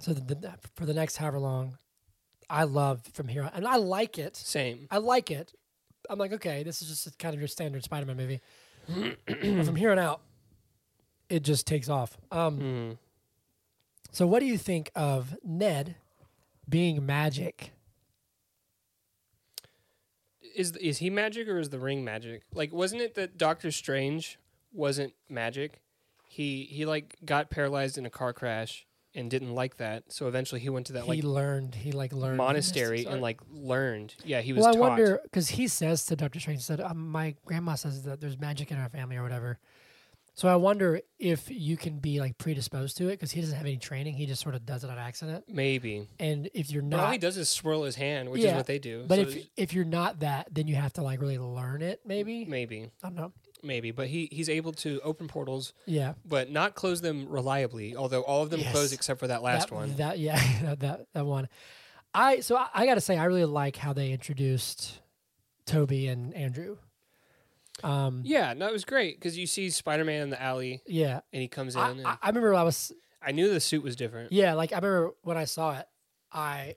so the, the, for the next however long, I love from here on, and I like it.
Same.
I like it. I'm like, okay, this is just kind of your standard Spider-Man movie. But from here on out, it just takes off. Um,
Mm.
so what do you think of Ned being magic?
Is is he magic or is the ring magic? Like, wasn't it that Doctor Strange wasn't magic? He he like got paralyzed in a car crash and didn't like that, so eventually he went to that
he
like
learned. He like learned
monastery
mystics
and
art.
like learned. Yeah, he was.
Well, I
taught.
wonder because he says to Doctor Strange, he said, um, "My grandma says that there's magic in our family or whatever." So I wonder if you can be like predisposed to it because he doesn't have any training. He just sort of does it on accident.
Maybe.
And if you're
But all he
not,
does is swirl his hand, which is
Yeah,
what they do.
but
so
if
it's-
if you're not that, then you have to like really learn it. Maybe
maybe,
I don't know.
maybe, but he he's able to open portals
Yeah,
but not close them reliably. Although all of them
Yes.
close except for that last
that,
one.
That yeah, that, that that one. I so I, I got to say I really like how they introduced Toby and Andrew. Um.
yeah, no, it was great because you see Spider Man in the alley
Yeah.
and he comes in.
I,
and
I, I remember I was
I knew the suit was different.
Yeah, like I remember when I saw it, I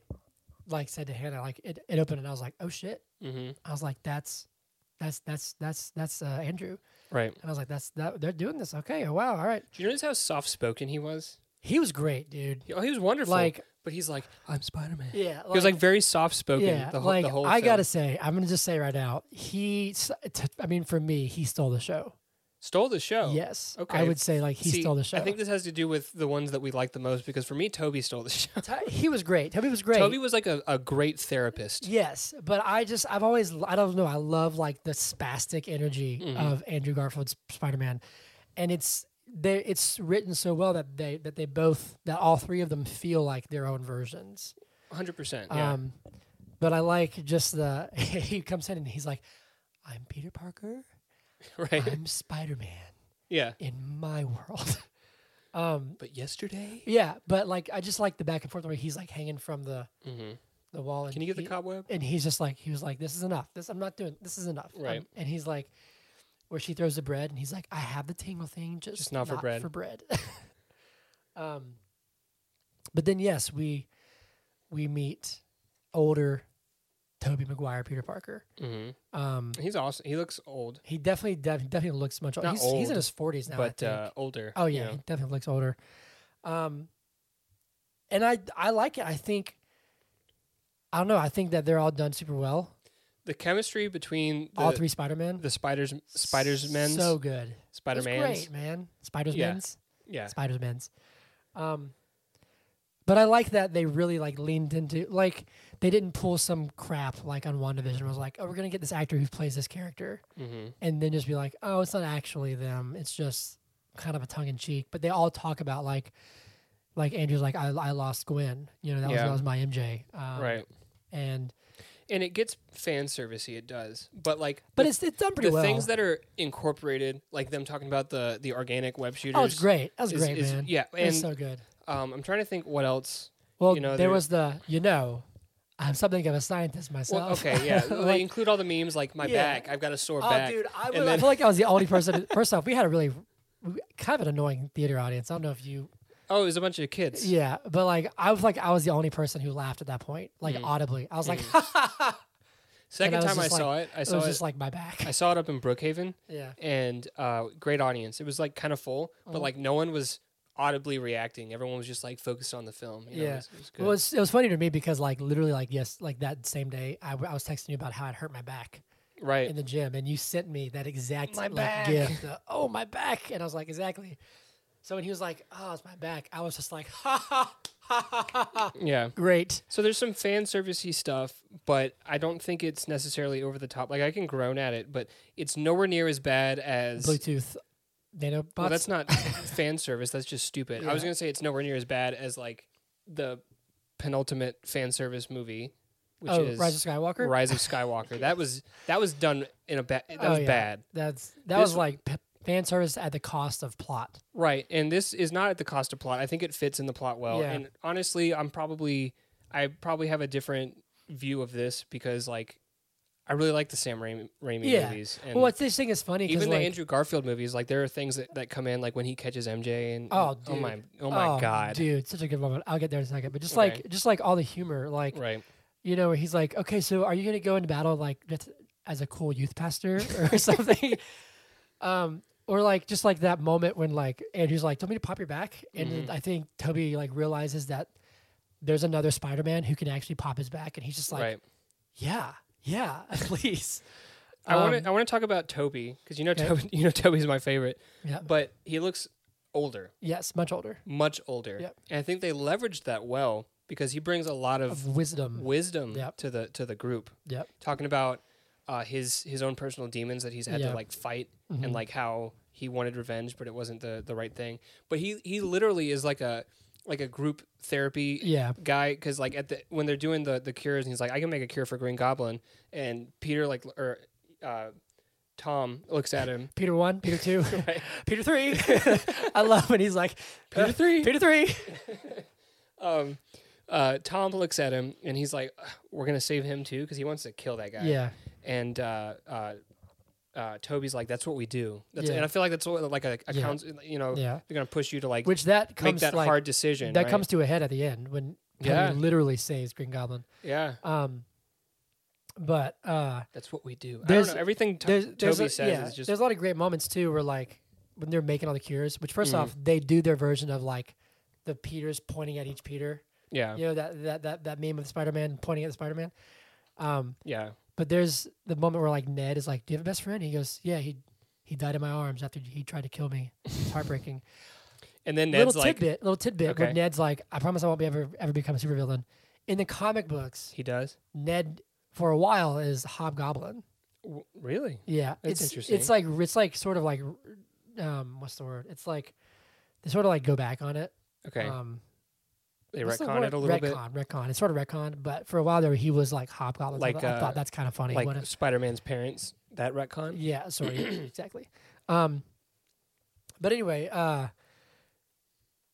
like said to Hannah, like it, it opened and I was like, oh shit.
hmm
I was like, that's that's that's that's that's uh, Andrew,
Right.
and I was like, that's that they're doing this. Okay, Oh, wow, all right.
Do you notice how soft spoken he was?
He was great, dude.
Oh, he was wonderful.
Like
but he's like, I'm Spider Man.
yeah,
he was like very soft spoken.
yeah,
the whole
like
the whole.
I
film.
gotta say, I'm gonna just say right now, he. s- t- I mean, for me, he stole the show.
stole the show.
yes, I
Oh, okay.
would say like he
See,
stole the show.
I think this has to do with the ones that we like the most because for me, Toby stole the show.
T- he was great. Toby was great.
Toby was like a, a great therapist.
Yes, but I just I've always I don't know I love like the spastic energy
Mm-hmm.
of Andrew Garfield's Spider Man, and it's they it's written so well that they that they both that all three of them feel like their own versions.
100%. Yeah.
Um, but I like just the he comes in and he's like, I'm Peter Parker,
right.
I'm Spider Man
yeah.
in my world. um,
But yesterday.
yeah, but like I just like the back and forth where he's like hanging from the
hmm
the wall. And
Can you get the
Mm-hmm. he-
cobweb?
and he's just like he was like this is enough this i'm not doing this is enough I'm-
Right.
and he's like where she throws the bread and he's like i have the tingle thing just,
Just not for bread."
for bread um but then yes we we meet older toby mcguire peter parker
hmm
um
He's awesome. He looks old,
he definitely def- definitely looks much older
Not
he's, he's in
old,
his 40s now I
but
think.
uh, older.
Oh
you
yeah,
know.
he definitely looks older. Um, and I I like it. I think I don't know. I think that they're all done super well.
The chemistry between the,
all three Spider Men.
the spiders, spiders, men,
so good.
Spider
It's
Man's.
great, man. Spiders
Yeah.
Men's
Yeah,
Spiders Men's. Um, but I like that they really like leaned into like they didn't pull some crap like on WandaVision. Was like, oh, we're gonna get this actor who plays this character,
hmm
and then just be like, oh, it's not actually them. It's just kind of a tongue in cheek. But they all talk about like, like Andrew's like, I, I lost Gwen. You know, that, was,
Yeah.
that was my MJ. Um,
right.
And
And it gets fan servicey. It does, but like,
but
the,
it's it's done pretty
the
well.
things that are incorporated, like them talking about the the organic web shooters.
oh, it's great. That was
is-
great,
is-
man.
Yeah,
it
and
was so good.
um, I'm trying to think what else.
Well,
you know,
there
there-
was the you know, I'm something of a scientist myself.
Well, okay, yeah, they
like,
include all the memes, like my
Yeah.
back. I've got a sore
oh,
back.
dude, I,
and
was, I
then-
feel like I was the only person. First off, we had a really we- kind of an annoying theater audience. I don't know if you
oh, it was a bunch of kids.
Yeah, but like I was like I was the only person who laughed at that point, like
Mm.
audibly. I was like, "Ha, ha, ha." And
Second
I was
time I
just like-
saw it, I
it
saw
was
it.
just like my back.
I saw it up in Brookhaven.
yeah,
and uh, great audience. It was like kind of full,
Oh.
but like no one was audibly reacting. Everyone was just like focused on the film. You know,
Yeah.
it was, it was
it
good.
was it was funny to me because like literally like yes, like that same day I, w- I was texting you about how it hurt my back
right.
in the gym, and you sent me that exact
My
like,
back.
gift. the, oh my back, and I was like exactly. So when he was like, "Oh, it's my back," I was just like, "Ha ha ha ha ha!" ha.
yeah.
Great.
So there's some fan servicey stuff, but I don't think it's necessarily over the top. Like I can groan at it, but it's nowhere near as bad as.
Bluetooth nanobots.
Well, that's not fan service. That's just stupid. I was
Yeah.
gonna say it's nowhere near as bad as like the penultimate fan service movie, which
oh,
is
Rise of Skywalker.
Rise of Skywalker. that was that was done in a bad. That
Oh,
was
yeah.
bad.
That's that
This-
was like p- fan service at the cost of plot.
Right, and this is not at the cost of plot. I think it fits in the plot well.
Yeah.
And honestly, I'm probably I probably have a different view of this because like I really like the Sam Raimi, Raimi
Yeah.
movies. And
well, what's this thing is funny because
even
like,
the Andrew Garfield movies, like there are things that, that come in, like when he catches MJ and
Oh,
oh my
dude.
oh my god,
dude, such a good moment. I'll get there in a second, but just
Okay.
like just like all the humor, like
right?
you know, where he's like, okay, so are you going to go into battle like just as a cool youth pastor or something? um, or like just like that moment when like Andrew's like, tell me to pop your back, and
Mm-hmm.
then I think Toby like realizes that there's another Spider-Man who can actually pop his back, and he's just like,
right.
yeah, yeah, please.
I want
um,
to I want to talk about Toby because you know
okay.
Toby you know Toby's my favorite,
Yeah.
but he looks older,
Yes, much older
much older,
Yep.
and I think they leveraged that well because he brings a lot of
of wisdom.
wisdom
Mm. Yep.
to the to the group.
Yep.
Talking about uh, his his own personal demons that he's had
Yeah.
to like fight
Mm-hmm.
and like how he wanted revenge but it wasn't the the right thing. But he he literally is like a like a group therapy
Yeah.
guy because like at the when they're doing the the cures and he's like I can make a cure for Green Goblin and Peter like or uh, Tom looks at him.
Peter one, Peter two,
Right.
Peter three. I love when he's like
Peter three.
Peter three.
Um, uh, Tom looks at him and he's like, "Ugh, "We're gonna save him too because he wants to kill that guy."
Yeah,
and uh, uh, uh, Toby's like, "That's what we do." That's,
Yeah.
And I feel like that's what like a, a
Yeah.
couns- you know,
Yeah.
they're gonna push you to like
which that
make
comes
that
like
hard decision.
that
right?
comes to a head at the end when Tony
Yeah.
literally saves Green Goblin.
yeah.
Um, but uh,
That's what we do. I don't
There's-
know. Everything To-
there's, there's
Toby
a,
says
yeah,
is just
there's a lot of great moments too where like when they're making all the cures. Which
Mm.
1st off, they do their version of like the Peters pointing at each Peter.
yeah, yeah,
You know that that that that meme of Spider Man pointing at the Spider Man. Um, but there's the moment where like Ned is like, "Do you have a best friend?" he goes, "Yeah, he he died in my arms after he tried to kill me. It's heartbreaking."
And then Ned's
little
like,
tidbit, little tidbit where
Okay.
Ned's like, I promise I won't be ever ever become a supervillain. In the comic books,
he does.
Ned for a while is Hobgoblin.
W- really?
Yeah,
That's
it's
interesting.
it's like it's like sort of like um what's the word? It's like they sort of like go back on it.
Okay,
Um,
they
what's the
retcon
word?
it a little bit,
retcon, Retcon, It's sort of retcon, but for a while there he was like Hobgoblin. So I
Like,
thought- I
uh,
thought that's kind of funny. What
like
if-
Spider-Man's parents. That retcon.
yeah, sorry, exactly. Um, but anyway, uh,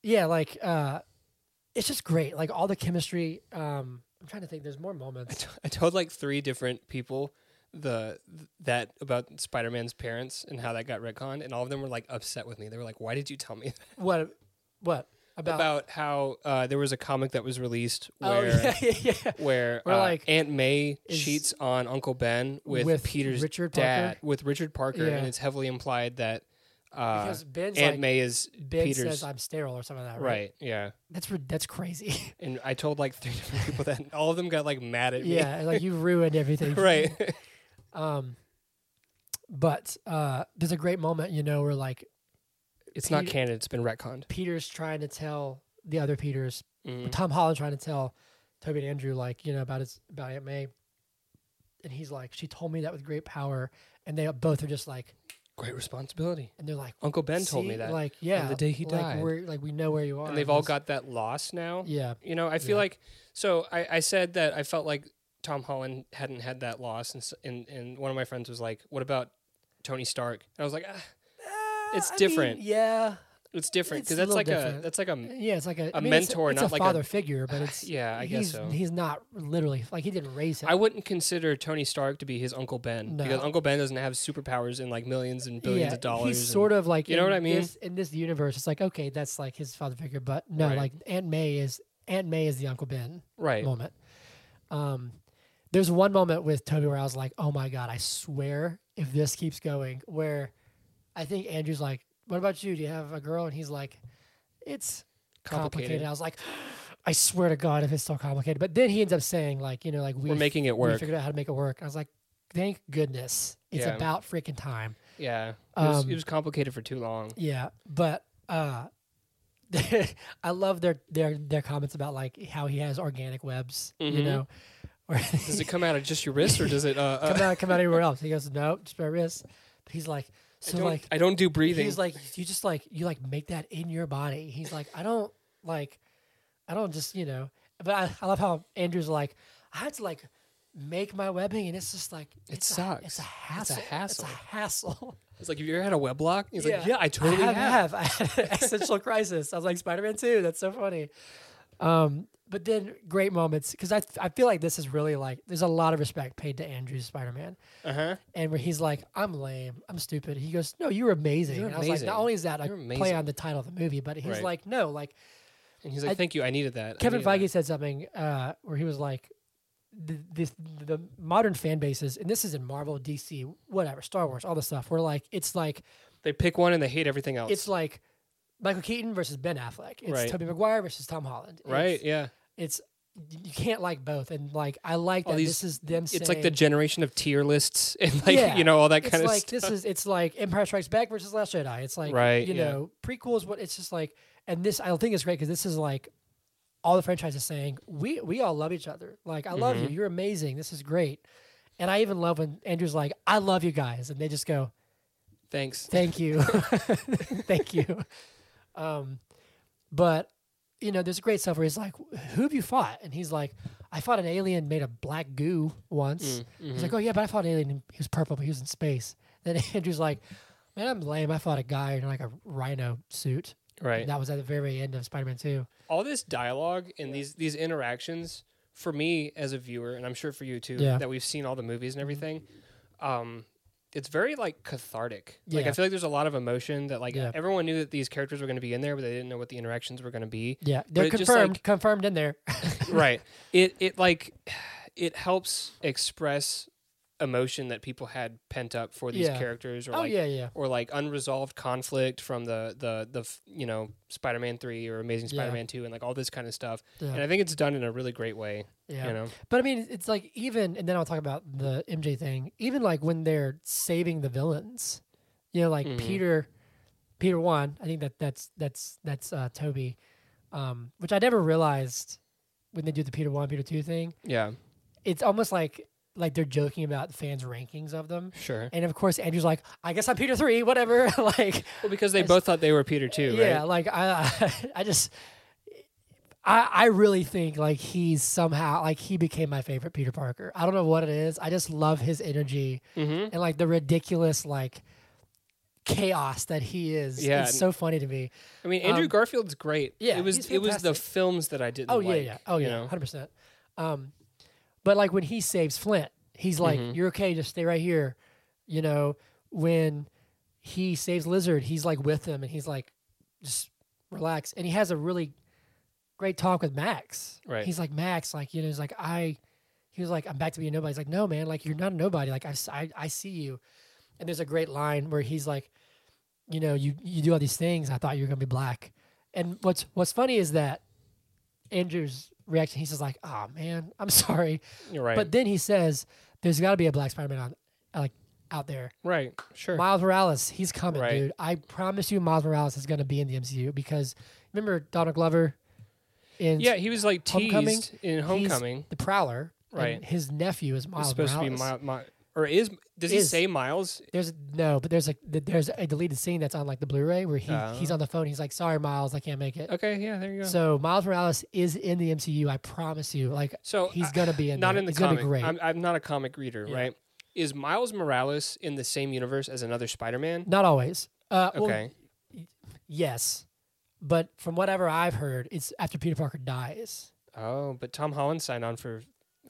yeah, like uh, it's just great. Like all the chemistry. Um, I'm trying to think. There's more
I,
moments.
t- I told like three different people the th- that about Spider-Man's parents and how that got retconned, and all of them were like upset with me. They were like, "Why did you tell me that?"
What? What about?
about how uh, there was a comic that was released
oh
where
yeah, yeah, yeah.
where
Where,
uh,
like,
Aunt May
is-
cheats on Uncle Ben with,
with
Peter's
Richard
dad
Parker?
with Richard Parker,
Yeah.
and it's heavily implied that uh,
Because Ben's
Aunt
like
May is
Ben
Peter's
says I'm sterile or something like that.
right.
Right.
Yeah,
That's re- that's crazy.
and I told like three different people that, and all of them got like mad at me.
yeah, like you ruined everything.
right.
Um, but uh, there's a great moment, you know, where like
it's not
Peter-
canon. It's been retconned.
Peter's trying to tell the other Peters
Mm.
But Tom Holland trying to tell Toby and Andrew like you know about his about Aunt May, and he's like, she told me that with great power, and they both are just like,
Great responsibility.
and they're like,
Uncle Ben told me
"See?
that,
like yeah,
on the day he
like,
died."
we're, like we know where you are,
and they've all
it's-
got that loss now.
yeah,
You know, I feel
Yeah.
like so. I, I said that I felt like Tom Holland hadn't had that loss, and s- and, and one of my friends was like, "What about Tony Stark?" And I was like, ah, It's
I mean,
different.
yeah,
"It's different
It's
because
a
that's
little
like a
different. Eh,
that's like a
yeah, it's like a,
A
I mean, it's-
mentor,
it's,
not
a
like a-
father figure, but it's
yeah. I
he's,
guess so.
He's not literally like he didn't raise him.
I wouldn't consider Tony Stark to be his Uncle Ben
No.
because Uncle Ben doesn't have superpowers and like millions and billions
yeah,
of dollars.
He's sort of like
you know
in
what I mean?
This, in this universe, it's like okay, that's like his father figure, but no,
Right.
like Aunt May is Aunt May is the Uncle Ben.
right.
moment. Um, there's one moment with Toby where I was like, "Oh my god, I swear if this keeps going," where I think Andrew's like, "What about you? Do you have a girl?" And he's like, "It's complicated."
Complicated.
I was like, "I swear to God, if it's so complicated." But then he ends up saying, like, you know, like we
We're making it
We
work.
figured out how to make it work. I was like, "Thank goodness, it's
Yeah.
about freaking time."
Yeah, it was,
Um,
it was complicated for too long.
Yeah, but uh, I love their their their comments about like how he has organic webs, you
Mhm.
know. Where
Does it come out of just your wrist or does it? Uh, uh,
come out come out anywhere else. He goes, no, just my wrist. But he's like,
I,
so
don't,
like
I don't do breathing.
he's like, you just like you like make that in your body. He's like, I don't like, I don't just you know. but I, I love how Andrew's like, I had to like make my webbing, and it's just like
It
it's
sucks.
A, it's a
It's a
hassle.
hassle.
hassle.
It's like, have you ever had a weblog? He's like, yeah, I totally
I have.
have.
have. I had an existential crisis. I was like Spider Man Two. That's so funny. Um, but then great moments because I I feel like this is really like there's a lot of respect paid to Andrew's Spider Man,
Uh huh.
and where he's like I'm lame, I'm stupid. He goes, No, you're amazing.
You're
and I was like,
amazing.
Not only is that a
You're
play
amazing.
on the title of the movie, but he's
Right.
like, No, like
And he's like,
I-
thank you. I needed that. I
Kevin
needed
Feige said something uh, where he was like, the, this, the modern fan bases, and this is in Marvel, DC, whatever, Star Wars, all this stuff. We're like, it's like,
that. They pick one and they hate everything else.
it's like Michael Keaton versus Ben Affleck. It's
Right.
Tobey Maguire versus Tom Holland. It's-
right. Yeah.
It's, you can't like both, and like I like
All
that
these-
this is them.
It's like the
saying-
generation of tier lists and like
Yeah.
you know all that
it's
kind of
like
stuff.
this is it's like Empire Strikes Back versus Last Jedi. It's like
Right,
you
yeah.
know prequels. What it's just like, and this I think it's great because this is like all the franchises saying we we all love each other. Like I love
Mm-hmm.
you. You're amazing. This is great. And I even love when Andrew's like, I love you guys, and they just go,
Thanks.
thank you, thank you. Um, but you know, there's a great stuff where he's like, who have you fought? And he's like, I fought an alien made of black goo once.
Mm, mm-hmm.
He's like, oh yeah, but I fought an alien. And he was purple, but he was in space. Then Andrew's like, man, I'm lame. I fought a guy in like a rhino suit.
Right.
That was at the very end of Spider-Man Two.
all this dialogue and these these interactions for me as a viewer and i'm sure for you too
Yeah.
that we've seen all the movies and everything um it's very like cathartic like i
Yeah.
feel like there's a lot of emotion that like
Yeah.
everyone knew that these characters were going to be in there but they didn't know what the interactions were going to be
Yeah,
But
they're
it just,
confirmed,
like-
confirmed in there.
right it it like it helps express emotion that people had pent up for these
Yeah.
characters or
oh
like
yeah, yeah,
or like unresolved conflict from the the the f- you know Spider-Man three or Amazing
Yeah.
Spider-Man two and like all this kind of stuff.
Yeah.
And I think it's done in a really great way.
yeah.
You know,
But I mean, it's like even, and then I'll talk about the MJ thing. Even like when they're saving the villains, you know, like
Mhm.
Peter, Peter one. I think that that's that's that's uh, Toby, um, which I never realized when they do the Peter one, Peter two thing.
yeah,
It's almost like like they're joking about the fans' rankings of them.
sure.
And of course, Andrew's like, I guess I'm Peter three, whatever. like,
Well, because they both thought they were Peter too,
yeah,
right?
like I, I just, I, I really think like he's somehow like he became my favorite Peter Parker. I don't know what it is. I just love his energy
Mm-hmm.
and like the ridiculous like chaos that he is.
Yeah,
it's
and-
so funny to me.
I mean, Andrew
Um,
Garfield's great.
yeah,
it
he's
was it was the
fantastic.
films that I didn't.
Oh
like,
yeah, yeah. Oh
you
yeah,
know?
hundred percent. Um, but like when he saves Flint, he's like,
Mhm.
"You're okay, just stay right here." You know, when he saves Lizard, he's like with him, and he's like, "Just relax." And he has a really great talk with Max.
Right.
He's like, "Max, like you know, he's like I." He was like, "I'm back to being a nobody." He's like, "No, man, like you're not a nobody. Like I, s- I, I see you." And there's a great line where he's like, "You know, you you do all these things. I thought you were gonna be black." And what's what's funny is that Andrew's reaction. He's just like, "Oh man, I'm sorry."
You're right.
But then he says, "There's got to be a black Spider-Man on, like, out there."
right, sure.
Miles Morales, he's coming,
Right.
dude. I promise you, Miles Morales is going to be in the MCU because remember Donald Glover in
yeah, he was like teased
Homecoming,
in
he's
Homecoming.
the Prowler, and
Right.
his nephew is
It's
Miles
supposed
Morales.
to be my, my or is does he
Is.
say Miles?
there's no, but there's like th- there's a deleted scene that's on like the Blu-ray where he
Oh.
he's on the phone. He's like, "Sorry, Miles, I can't make it."
Okay, yeah, there you go.
So Miles Morales is in the MCU. I promise you. Like,
So,
he's
I-
gonna be in.
not
there.
in the
he's
comic.
Gonna be great.
I'm, I'm not a comic reader,
Yeah.
right? Is Miles Morales in the same universe as another Spider-Man?
Not always. Uh, well,
Okay,
yes, but from whatever I've heard, it's after Peter Parker dies.
Oh, but Tom Holland signed on for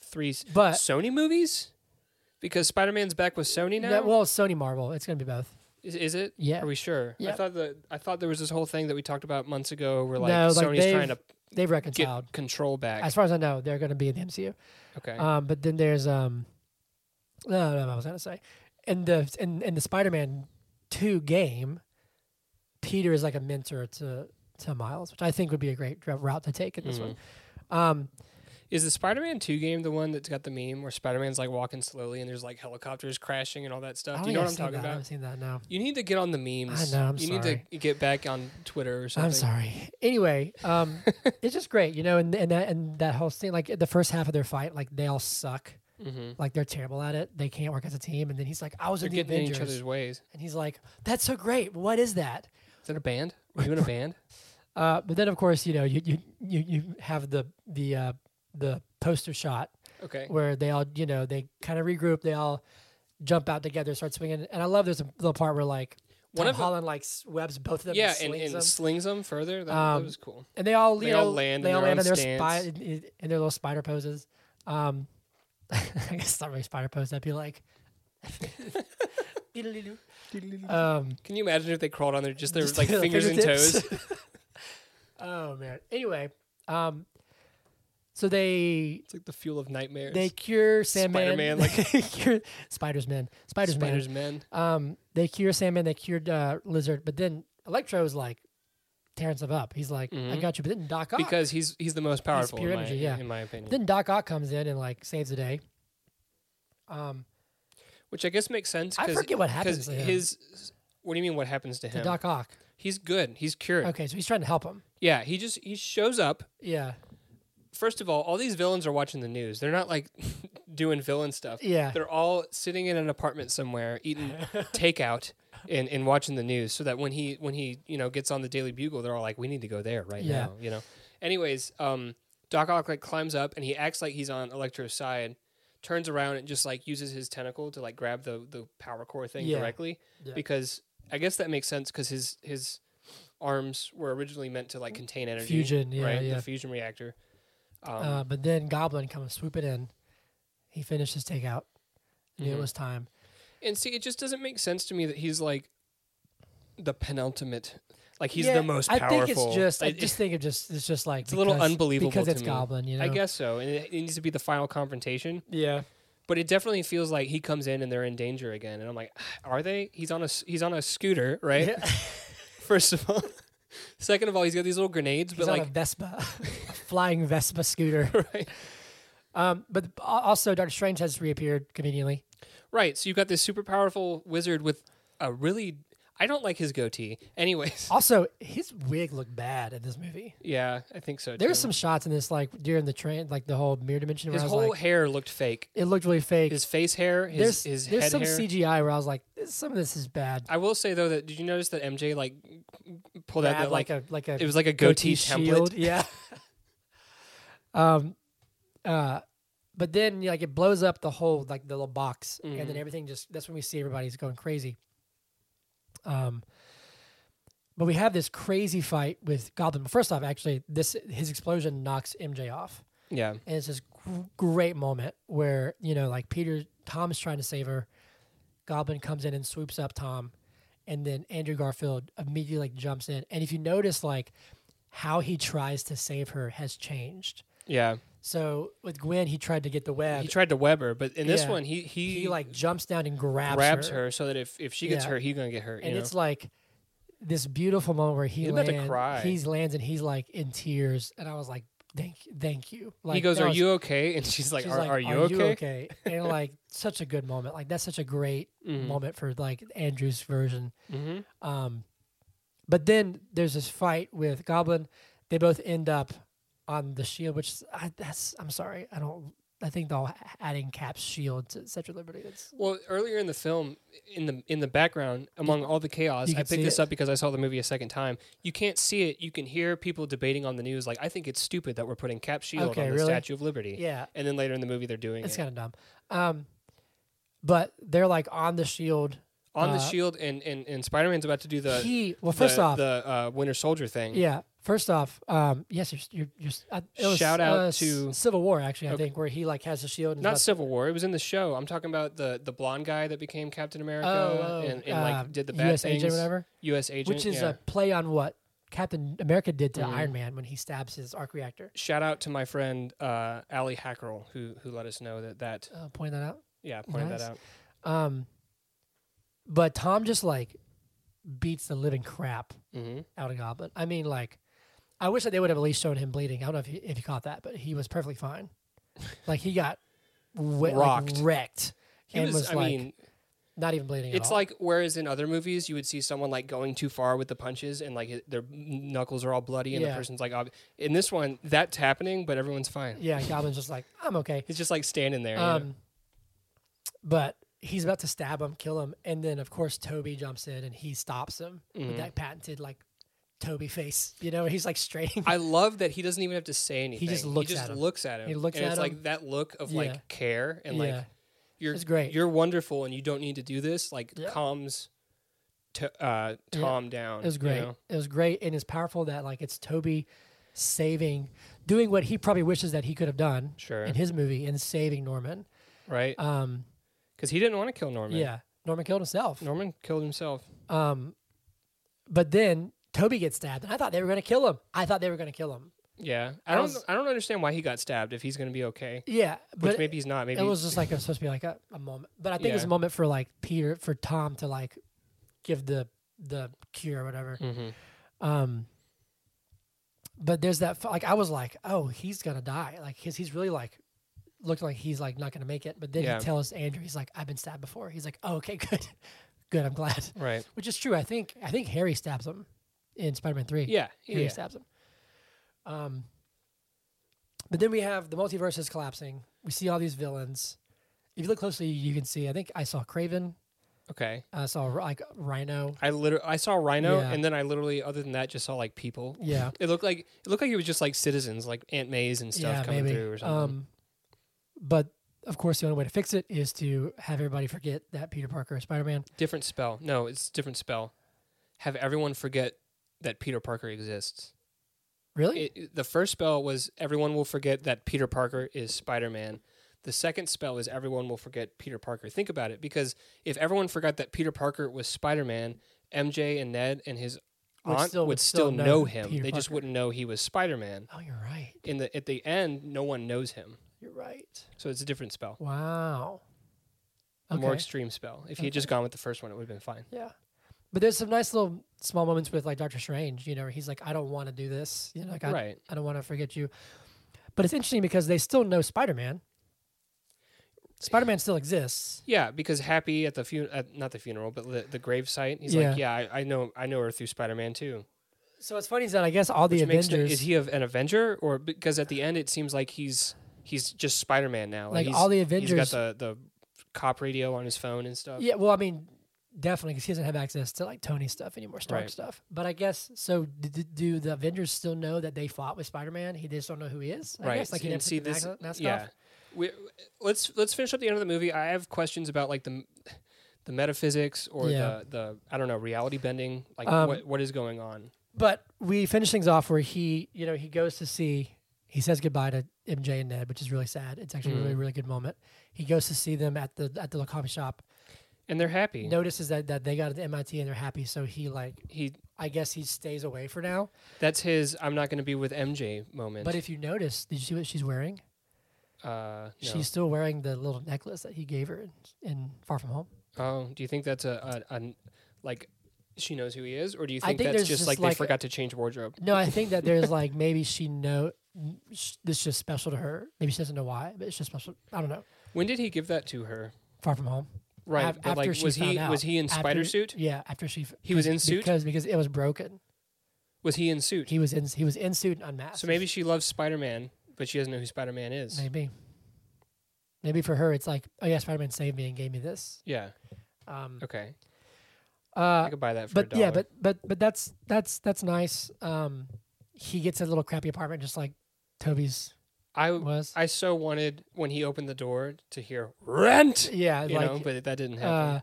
three s-
But
Sony movies because Spider Man's back with Sony now.
yeah, well, Sony Marvel, it's gonna be both.
is, is it?
Yeah.
Are we sure?
Yeah.
I thought that I thought there was this whole thing that we talked about months ago where like
No, like,
Sony's
they've
trying to
They've
get
reconciled.
control back.
As far as I know, they're gonna be in the MCU.
okay.
Um, but then there's um, no, no, I was gonna say, in the in in the Spider-Man two game, Peter is like a mentor to to Miles, which I think would be a great dr- route to take in this
Mm-hmm.
one. Um,
is the Spider Man Two game the one that's got the meme where Spider Man's like walking slowly and there's like helicopters crashing and all that
I
stuff?
don't
Uh, Do you
think
know
I've
what I'm
seen
talking
that. Oh, I haven't seen
about?
that now.
You need to get on the memes.
I know, I'm
you
sorry.
need to get back on Twitter or something.
I'm sorry. Anyway, um, it's just great, you know, and and that and that whole scene, like the first half of their fight, like they all suck,
Mm-hmm.
like they're terrible at it. They can't work as a team, and then he's like, "I was
They're
in the
getting in each
Avengers,"
other's ways.
and he's like, "That's so great. What is that?"
Is that a band? Are you in a band?
Uh, but then, of course, you know, you you you, you have the the uh, the poster shot
Okay.
where they all, you know, they kind of regroup, they all jump out together, start swinging. And I love there's a little part where like
One
Tom
of the-
Holland like s- webs both of them,
Yeah,
and,
and,
slings
and
'em.
slings them further. That, that
Um,
was cool.
and they all, you
they
know,
all land
they
in
all
their
land in
own
their
stance.
spy in in their little spider poses. Um, I guess it's not really spider pose. That'd be like. um,
Can you imagine if they crawled on there just their
Just
like
their
fingers and toes?
fingertips. oh man. Anyway, um, so they
It's like the fuel of nightmares.
they cure Sandman.
Spider-Man, like-
they cure Spider's Man. Spider's Man.
Spider's men.
Um, they cure Sandman. They cured uh, Lizard. But then Electro is like tearing stuff up. He's like, I
Mhm.
got you. But then Doc Ock.
Because he's he's the most powerful
pure
in,
energy,
my,
yeah.
in my opinion.
then Doc Ock comes in and like saves the day. Um,
Which I guess makes sense
I
because
forget what happens to him.
his what do you mean what happens to
to
him?
Doc Ock.
he's good. He's cured.
Okay, so he's trying to help him.
Yeah, he just he shows up.
Yeah,
First of all, all these villains are watching the news. They're not like doing villain stuff.
yeah.
They're all sitting in an apartment somewhere eating takeout and, and watching the news so that when he when he, you know, gets on the Daily Bugle, they're all like, We need to go there right
Yeah.
now, you know. Anyways, um Doc Ock like climbs up and he acts like he's on Electro's side, turns around and just like uses his tentacle to like grab the the power core thing
Yeah.
directly.
Yeah.
Because I guess that makes sense because his his arms were originally meant to like contain energy.
Fusion, yeah,
right?
yeah.
The fusion reactor. Um,
uh, but then Goblin comes swooping in. He finished his takeout. Knew
Mhm.
it was time.
And see, it just doesn't make sense to me that he's like the penultimate. Like he's
Yeah,
the most
I
powerful.
think it's just. I
It-
just think it just. It's just like
It's a little
because-
unbelievable
because
to
it's
me.
Goblin. You know.
I guess so, and it, it needs to be the final confrontation.
Yeah.
But it definitely feels like he comes in and they're in danger again. And I'm like, are they? He's on a s- he's on a scooter, right?
Yeah.
First of all, second of all, he's got these little grenades,
He's
but
on
like,
a Vespa, a flying Vespa scooter.
right,
Um, but al- also, Doctor Strange has reappeared conveniently.
right. So you've got this super powerful wizard with a really. I don't like his goatee. Anyways,
Also, his wig looked bad in this movie.
yeah, I think so.
There were
too.
some shots in this, like during the train, like the whole mirror dimension. Where
His
I was
whole
like,
hair looked fake.
it looked really fake.
His face hair,
there's
his his
there's
head
some
hair.
CGI where I was like, "This- some of this is bad.
I will say though that did you notice that MJ like pulled out
bad
Oh, that like,
like, a like a
it was like a goatee,
shield.
template.
Yeah. um, uh, but then yeah, like it blows up the whole like the little box, and then
Mhm.
everything just that's when we see everybody's going crazy. Um, but we have this crazy fight with Goblin. But First off, actually, this his explosion knocks MJ off.
Yeah,
And it's this gr- great moment where, you know, like Peter, Tom's trying to save her. Goblin comes in and swoops up Tom. And then Andrew Garfield immediately like jumps in. And if you notice, like, how he tries to save her has changed.
yeah.
So with Gwen, he tried to get the web.
He tried to web her, but in this
Yeah.
one he he,
he, like jumps down and grabs,
grabs her. so that if if she gets
Yeah.
hurt, he's gonna get hurt.
And
you
it's
know?
like this beautiful moment where he
He's about
lands.
to cry.
He lands and he's like in tears. And I was like, thank, thank you. Like
he goes,
that
"Are
was
you okay?" And she's like,
She's
are,
like,
"Are you okay?"
And like, such a good moment. Like, that's such a great moment for like Andrew's version.
Mm-hmm.
Um, but then there's this fight with Goblin. They both end up on the shield, which is- I, that's I'm sorry, I don't. I think they're all a- adding Cap's shield to Central Liberty. It's,
Well, earlier in the film, in the in the background, among all the chaos,
you
I
can see
picked this
it.
up because I saw the movie a second time. You can't see it. You can hear people debating on the news, like, "I think it's stupid that we're putting Cap Shield
Okay,
on the
really?
Statue of Liberty."
yeah,
And then later in the movie, they're doing
it's
it
kind of dumb. Um, but they're like on the shield.
on the
uh,
shield, and and, and Spider Man's about to do the
he well, first
the,
off,
the uh, Winter Soldier thing.
Yeah. First off, um, yes, you're, you're, you're uh, it was,
Shout out
uh, S-
to-
Civil War. Actually, I
Okay.
think where he like has a shield. And is
Not
about to-
Civil War. It was in the show. I'm talking about the the blonde guy that became Captain America
Oh, oh,
and, and
uh,
like did the bad
US
things.
agent or whatever,
U.S. agent,
which is
yeah.
a play on what Captain America did to
Mhm.
Iron Man when he stabs his arc reactor.
Shout out to my friend uh, Ali Hackerl who who let us know that that
Uh, point that out.
yeah pointed
Nice.
that out.
Um, but Tom just like beats the living crap
hmm
out of Goblin. I mean, like, I wish that they would have at least shown him bleeding. I don't know if you, if you caught that, but he was perfectly fine. Like he got wet,
Rocked.
like, wrecked.
He
and
was, I
like
mean,
not even bleeding. at
it's
all.
like whereas in other movies you would see someone like going too far with the punches and like it- their knuckles are all bloody and
Yeah.
the person's like ob- in this one that's happening but everyone's fine.
Yeah, Goblin's just like, I'm okay.
He's just like standing there. you know?
Um, but he's about to stab him, kill him, and then of course Toby jumps in and he stops him with
Mhm.
that patented like Toby face. You know, he's like straining.
I love that he doesn't even have to say anything.
just looks
he just
at him.
looks at him.
He looks
and
at
it's
him.
like that look of
Yeah.
like care and
Yeah.
like you're
It's great.
You're wonderful and you don't need to do this. Like
Yeah.
calms to, uh, Tom down.
It was
you
great.
know?
It was great, and it's powerful that like it's Toby saving, doing what he probably wishes that he could have done
Sure.
in his movie, and saving Norman.
Right.
Um,
Because he didn't want to kill Norman.
yeah, Norman killed himself.
Norman killed himself.
Um, but then Toby gets stabbed, and I thought they were going to kill him. I thought they were going to kill him.
Yeah.
I
I don't.
was-
I don't understand why he got stabbed if he's going to be okay.
Yeah,
Which
but
maybe he's not. Maybe
it was just like it was supposed to be like a, a moment. But I think it was
Yeah.
a moment for like Peter, for Tom to like give the the cure or whatever.
hmm
Um, but there's that f- like I was like, oh, he's gonna die. Like his, he's really like looked like he's like not gonna make it. But then
Yeah.
he tells Andrew, he's like, I've been stabbed before. He's like, oh, okay, good, good. I'm glad.
Right.
Which is true. I think I think Harry stabs him in Spider-Man Three.
Yeah.
Harry
Yeah.
stabs him. Um, but then we have the multiverse is collapsing. We see all these villains. If you look closely, you can see. I think I saw Craven.
Okay.
I saw like Rhino.
I literally I saw Rhino
Yeah.
and then I literally other than that just saw like people.
Yeah.
It looked like it looked like it was just like citizens like Aunt May's and stuff coming through or something.
Um, but of course, the only way to fix it is to have everybody forget that Peter Parker is Spider Man.
Different spell. No, it's different spell. Have everyone forget that Peter Parker exists.
Really?
It, it- the first spell was everyone will forget that Peter Parker is Spider-Man. The second spell is everyone will forget Peter Parker. Think about it because if everyone forgot that Peter Parker was Spider-Man, MJ and Ned and his
Would
aunt
still-
would
would
still,
still know
know, him.
Peter
they just
Parker.
wouldn't know he was Spider-Man.
oh, you're right.
In the at the end, no one knows him.
You're right.
So it's a different spell.
Wow.
A more extreme spell. If he had just gone with the first one, it would have been fine.
Yeah. But there's some nice little small moments with like Doctor Strange, you know, where he's like, I don't want to do this. You know, like, I,
right.
I don't want to forget you. But it's interesting because they still know Spider Man. Spider Man still exists.
Yeah, because Happy at the fun at, not the funeral, but the, the grave site, he's
Yeah.
like, Yeah, I, I know I know her through Spider Man too.
So what's funny is that I guess all the
Which makes the-
Avengers,
is he of an Avenger? Or because at the end it seems like he's he's just Spider Man now.
like
he's,
all the
he's
Avengers,
got the, the cop radio on his phone and stuff.
Yeah, well, I mean, definitely because he doesn't have access to like Tony stuff anymore, Stark
Right.
stuff. But I guess so. d- d- do the Avengers still know that they fought with Spider Man? He they just don't know who he is. I
right.
Guess. Like he
and
didn't
see
take the
this.
mask- mask
yeah.
off.
We, let's let's finish up the end of the movie. I have questions about like the the metaphysics or
Yeah.
the, the I don't know reality bending. Like
Um,
what what is going on?
But we finish things off where he, you know, he goes to see. He says goodbye to MJ and Ned, which is really sad. It's actually a really,
Mhm.
really good moment. He goes to see them at the at the little coffee shop.
And they're happy.
Notices that, that they got into MIT and they're happy. So he like,
He
I guess he stays away for now.
that's his I'm not going to be with MJ moment.
But if you notice, did you see what she's wearing?
uh, no.
She's still wearing the little necklace that he gave her in, in Far From Home.
oh, do you think that's a, a, a like she knows who he is, or do you
I
think,
think
that's
there's
just,
just
like,
like
they
a-
forgot to change wardrobe?
No, I think that there's like maybe she know sh- this is just special to her. Maybe she doesn't know why, but it's just special. I don't know.
When did he give that to her?
Far From Home.
Right,
Af-
but like
after she
was he
found
was
out.
he in spider
After-
suit?
Yeah, after she f-
He was in suit.
because because it was broken.
Was he in suit?
He was in he was in suit and unmasked.
so maybe she loves Spider Man, but she doesn't know who Spider Man is.
maybe maybe for her it's like oh yeah, Spider Man saved me and gave me this.
Yeah.
Um,
Okay.
uh,
I could buy that for. a
but
dollar.
yeah, but but but that's that's that's nice. Um, he gets a little crappy apartment just like Toby's
I
was.
I so wanted when he opened the door to hear rent,
yeah,
you
like
know, but that didn't happen.
Uh,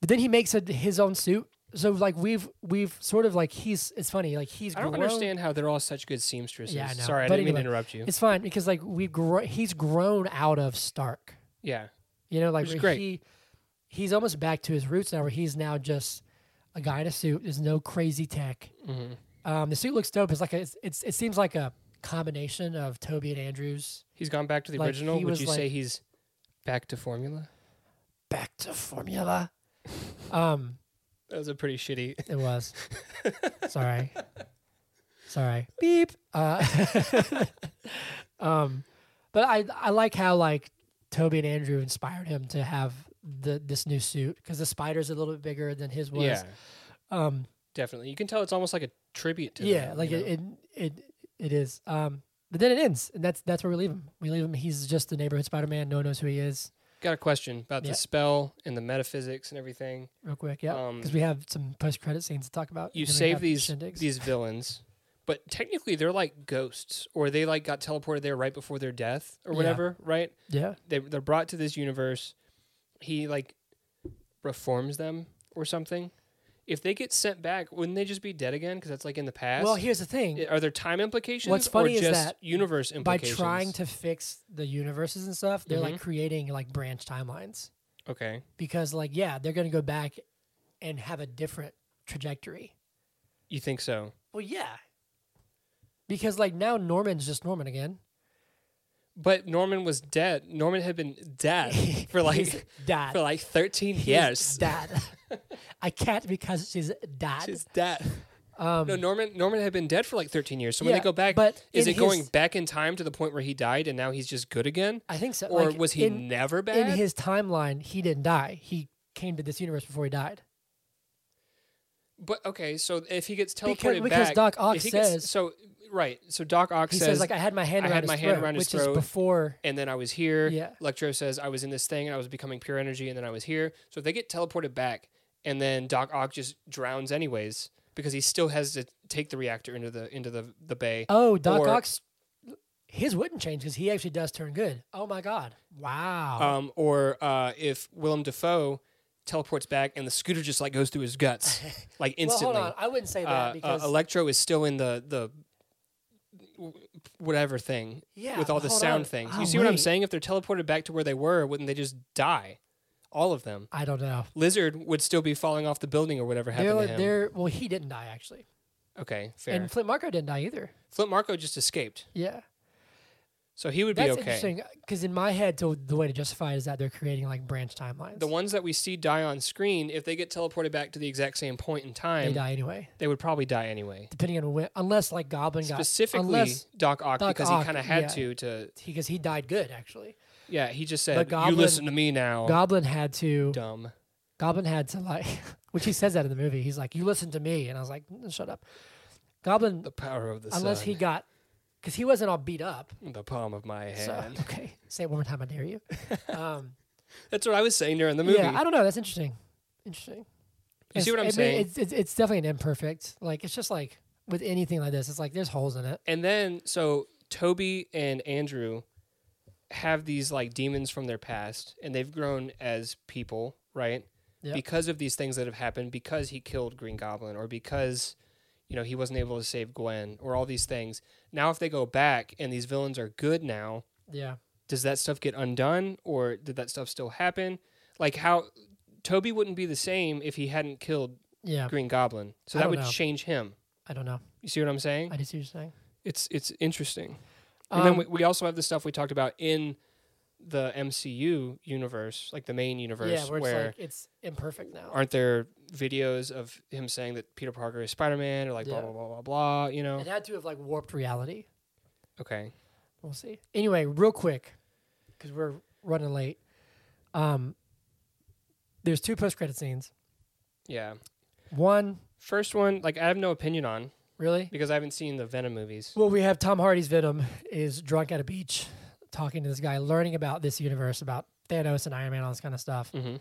but then he makes a, his own suit. So like we've we've sort of like he's it's funny like he's
I don't
grown-
understand how they're all such good seamstresses.
Yeah, I know.
Sorry, I
But
didn't mean to
anyway,
interrupt you.
It's fine because like we grow he's grown out of Stark.
Yeah,
You know like
Which is
where
great.
he he's almost back to his roots now where he's now just a guy in a suit. There's no crazy tech.
hmm
Um, the suit looks dope. It's like a, it's, it's it seems like a combination of Toby and Andrews
he's gone back to the
Like,
original.
he
Would
was
you say
like-
he's back to formula?
back to formula. Um,
That was a pretty shitty.
It was. Sorry. Sorry. Beep. Uh, um, but I I like how like Toby and Andrew inspired him to have the this new suit because the spider's a little bit bigger than his was.
Yeah,
Um.
definitely. You can tell it's almost like a tribute to.
yeah.
them,
like
you know?
it, it it it is. Um. But then it ends, and that's that's where we leave him. We leave him. He's just the neighborhood Spider-Man. No one knows who he is.
Got a question about
Yeah.
the spell and the metaphysics and everything.
real quick. Yeah,
Um,
because we have some post-credit scenes to talk about.
You
and then we
save
have
these
shindigs.
these villains, but technically they're like ghosts, or they like got teleported there right before their death or
Yeah.
whatever, right?
Yeah,
They they're brought to this universe. He like reforms them or something. If they get sent back, wouldn't they just be dead again? Because that's like in the past.
Well, here's the thing.
I- are there time implications?
What's funny
or
is
just
that
universe
By
implications.
trying to fix the universes and stuff, they're
Mhm.
like creating like branch timelines
okay,
because like yeah, they're gonna go back and have a different trajectory.
you think so?
Well, yeah, because like now Norman's just Norman again.
But Norman was dead. Norman had been dead for like
He's dad.
for like thirteen
He's
years.
dad. I can't because she's dad.
She's dead.
um,
No, Norman. Norman had been dead for like thirteen years. So when
Yeah,
they go back,
but
is it
in
going
his-
back in time to the point where he died and now he's just good again,
I think so.
or
Like,
was he
in,
never bad?
in his timeline? He didn't die. He came to this universe before he died.
but okay, so if he gets
Because-
teleported
because
back,
Doc Ock
if he gets-
says-
so. Right. So Doc Ock
He
says,
says, like I had my hand
I
around
had
his
my hand
throat,
around his
which
throat.
is before.
and then I was here.
Yeah.
Lectro says I was in this thing and I was becoming pure energy and then I was here. So if they get teleported back and then Doc Ock just drowns anyways because he still has to take the reactor into the into the the bay.
Oh, Doc
or-
Ock's his wouldn't change because he actually does turn good. Oh my god! Wow.
Um, or uh, if Willem Dafoe teleports back and the scooter just like goes through his guts like instantly.
Well, hold on. I wouldn't say
Uh,
that
uh,
because
Electro is still in the the w- whatever thing
yeah,
with all
but
the
hold
sound
on.
things.
Oh,
you see what I'm
wait.
saying? If they're teleported back to where they were, wouldn't they just die? All of them.
I don't know.
lizard would still be falling off the building or whatever happened
They're,
to him.
they're well, he didn't die actually,
okay, fair.
and Flint Marco didn't die either.
Flip Marco just escaped,
Yeah,
so he would
that's
be okay.
interesting because in my head, so the way to justify it is that they're creating like branch timelines.
The ones that we see die on screen, if they get teleported back to the exact same point in time,
they
they,
die anyway,
would probably die anyway.
depending on when, unless like Goblin got
Specifically,
unless
Doc Ock
Doc
because
Ock,
he kind of had
yeah.
to. To
because he died good actually.
yeah, he just said,
But Goblin-
"You listen to me now,
Goblin had to
dumb."
Goblin had to like, which he says that in the movie. He's like, "You listen to me," and I was like, "Mm, "Shut up." Goblin,
The power of the
unless
sun,
he got, because he wasn't all beat up.
the palm of my
So
hand.
okay, say it one more time, I dare you. Um,
That's what I was saying during the movie.
Yeah, I don't know. That's interesting. Interesting.
You
It's-
see what I'm
I mean,
saying?
It's, it's it's definitely an imperfect. Like it's just like with anything like this, it's like there's holes in it.
And then so Toby and Andrew have these like demons from their past and they've grown as people, right?
Yep.
Because of these things that have happened because he killed Green Goblin or because you know he wasn't able to save Gwen or all these things. Now if they go back and these villains are good now,
Yeah.
does that stuff get undone or did that stuff still happen? Like how Toby wouldn't be the same if he hadn't killed
Yeah.
Green Goblin. So
I
that
don't
would
know.
change him.
I don't know.
You see what I'm saying?
I just see what you're saying.
it's it's interesting. And then
Um,
we, we also have the stuff we talked about in the MCU universe, like the main universe,
yeah, where
where,
it's like it's imperfect now.
aren't there videos of him saying that Peter Parker is Spider Man or like blah
Yeah.
blah blah blah blah, you know?
It had to have like warped reality.
Okay.
We'll see. Anyway, real quick, because we're running late. Um, there's two post credit scenes.
Yeah.
One,
First one, like I have no opinion on
really?
because I haven't seen the Venom movies.
Well, we have Tom Hardy's Venom is drunk at a beach, talking to this guy, learning about this universe, about Thanos and Iron Man, all this kind of stuff.
Mm-hmm.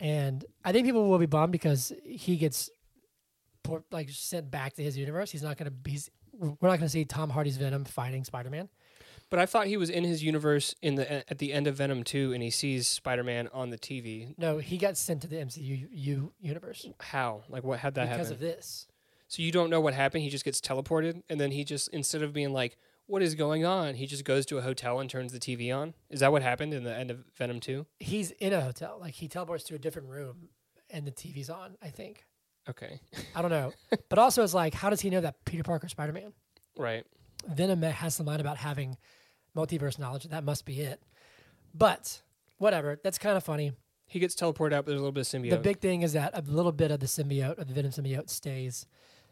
And I think people will be bummed because he gets por- like sent back to his universe. He's not gonna be. he's- We're not gonna see Tom Hardy's Venom fighting Spider Man.
But I thought he was in his universe in the at the end of Venom two, and he sees Spider Man on the TV.
No, he got sent to the MCU u- universe
How? Like what? How'd that
because
happen?
of this.
So you don't know what happened. He just gets teleported, and then he just instead of being like, "What is going on?" He just goes to a hotel and turns the TV on. Is that what happened in the end of Venom Two?
He's in a hotel. Like he teleports to a different room, and the TV's on. I think.
Okay,
I don't know. but also, it's like, how does he know that Peter Parker Spider Man?
right.
Venom has some line about having multiverse knowledge. That must be it. But whatever. That's kind of funny.
He gets teleported out, but there's a little bit of symbiote.
The big thing is that a little bit of the symbiote, of the Venom symbiote, stays.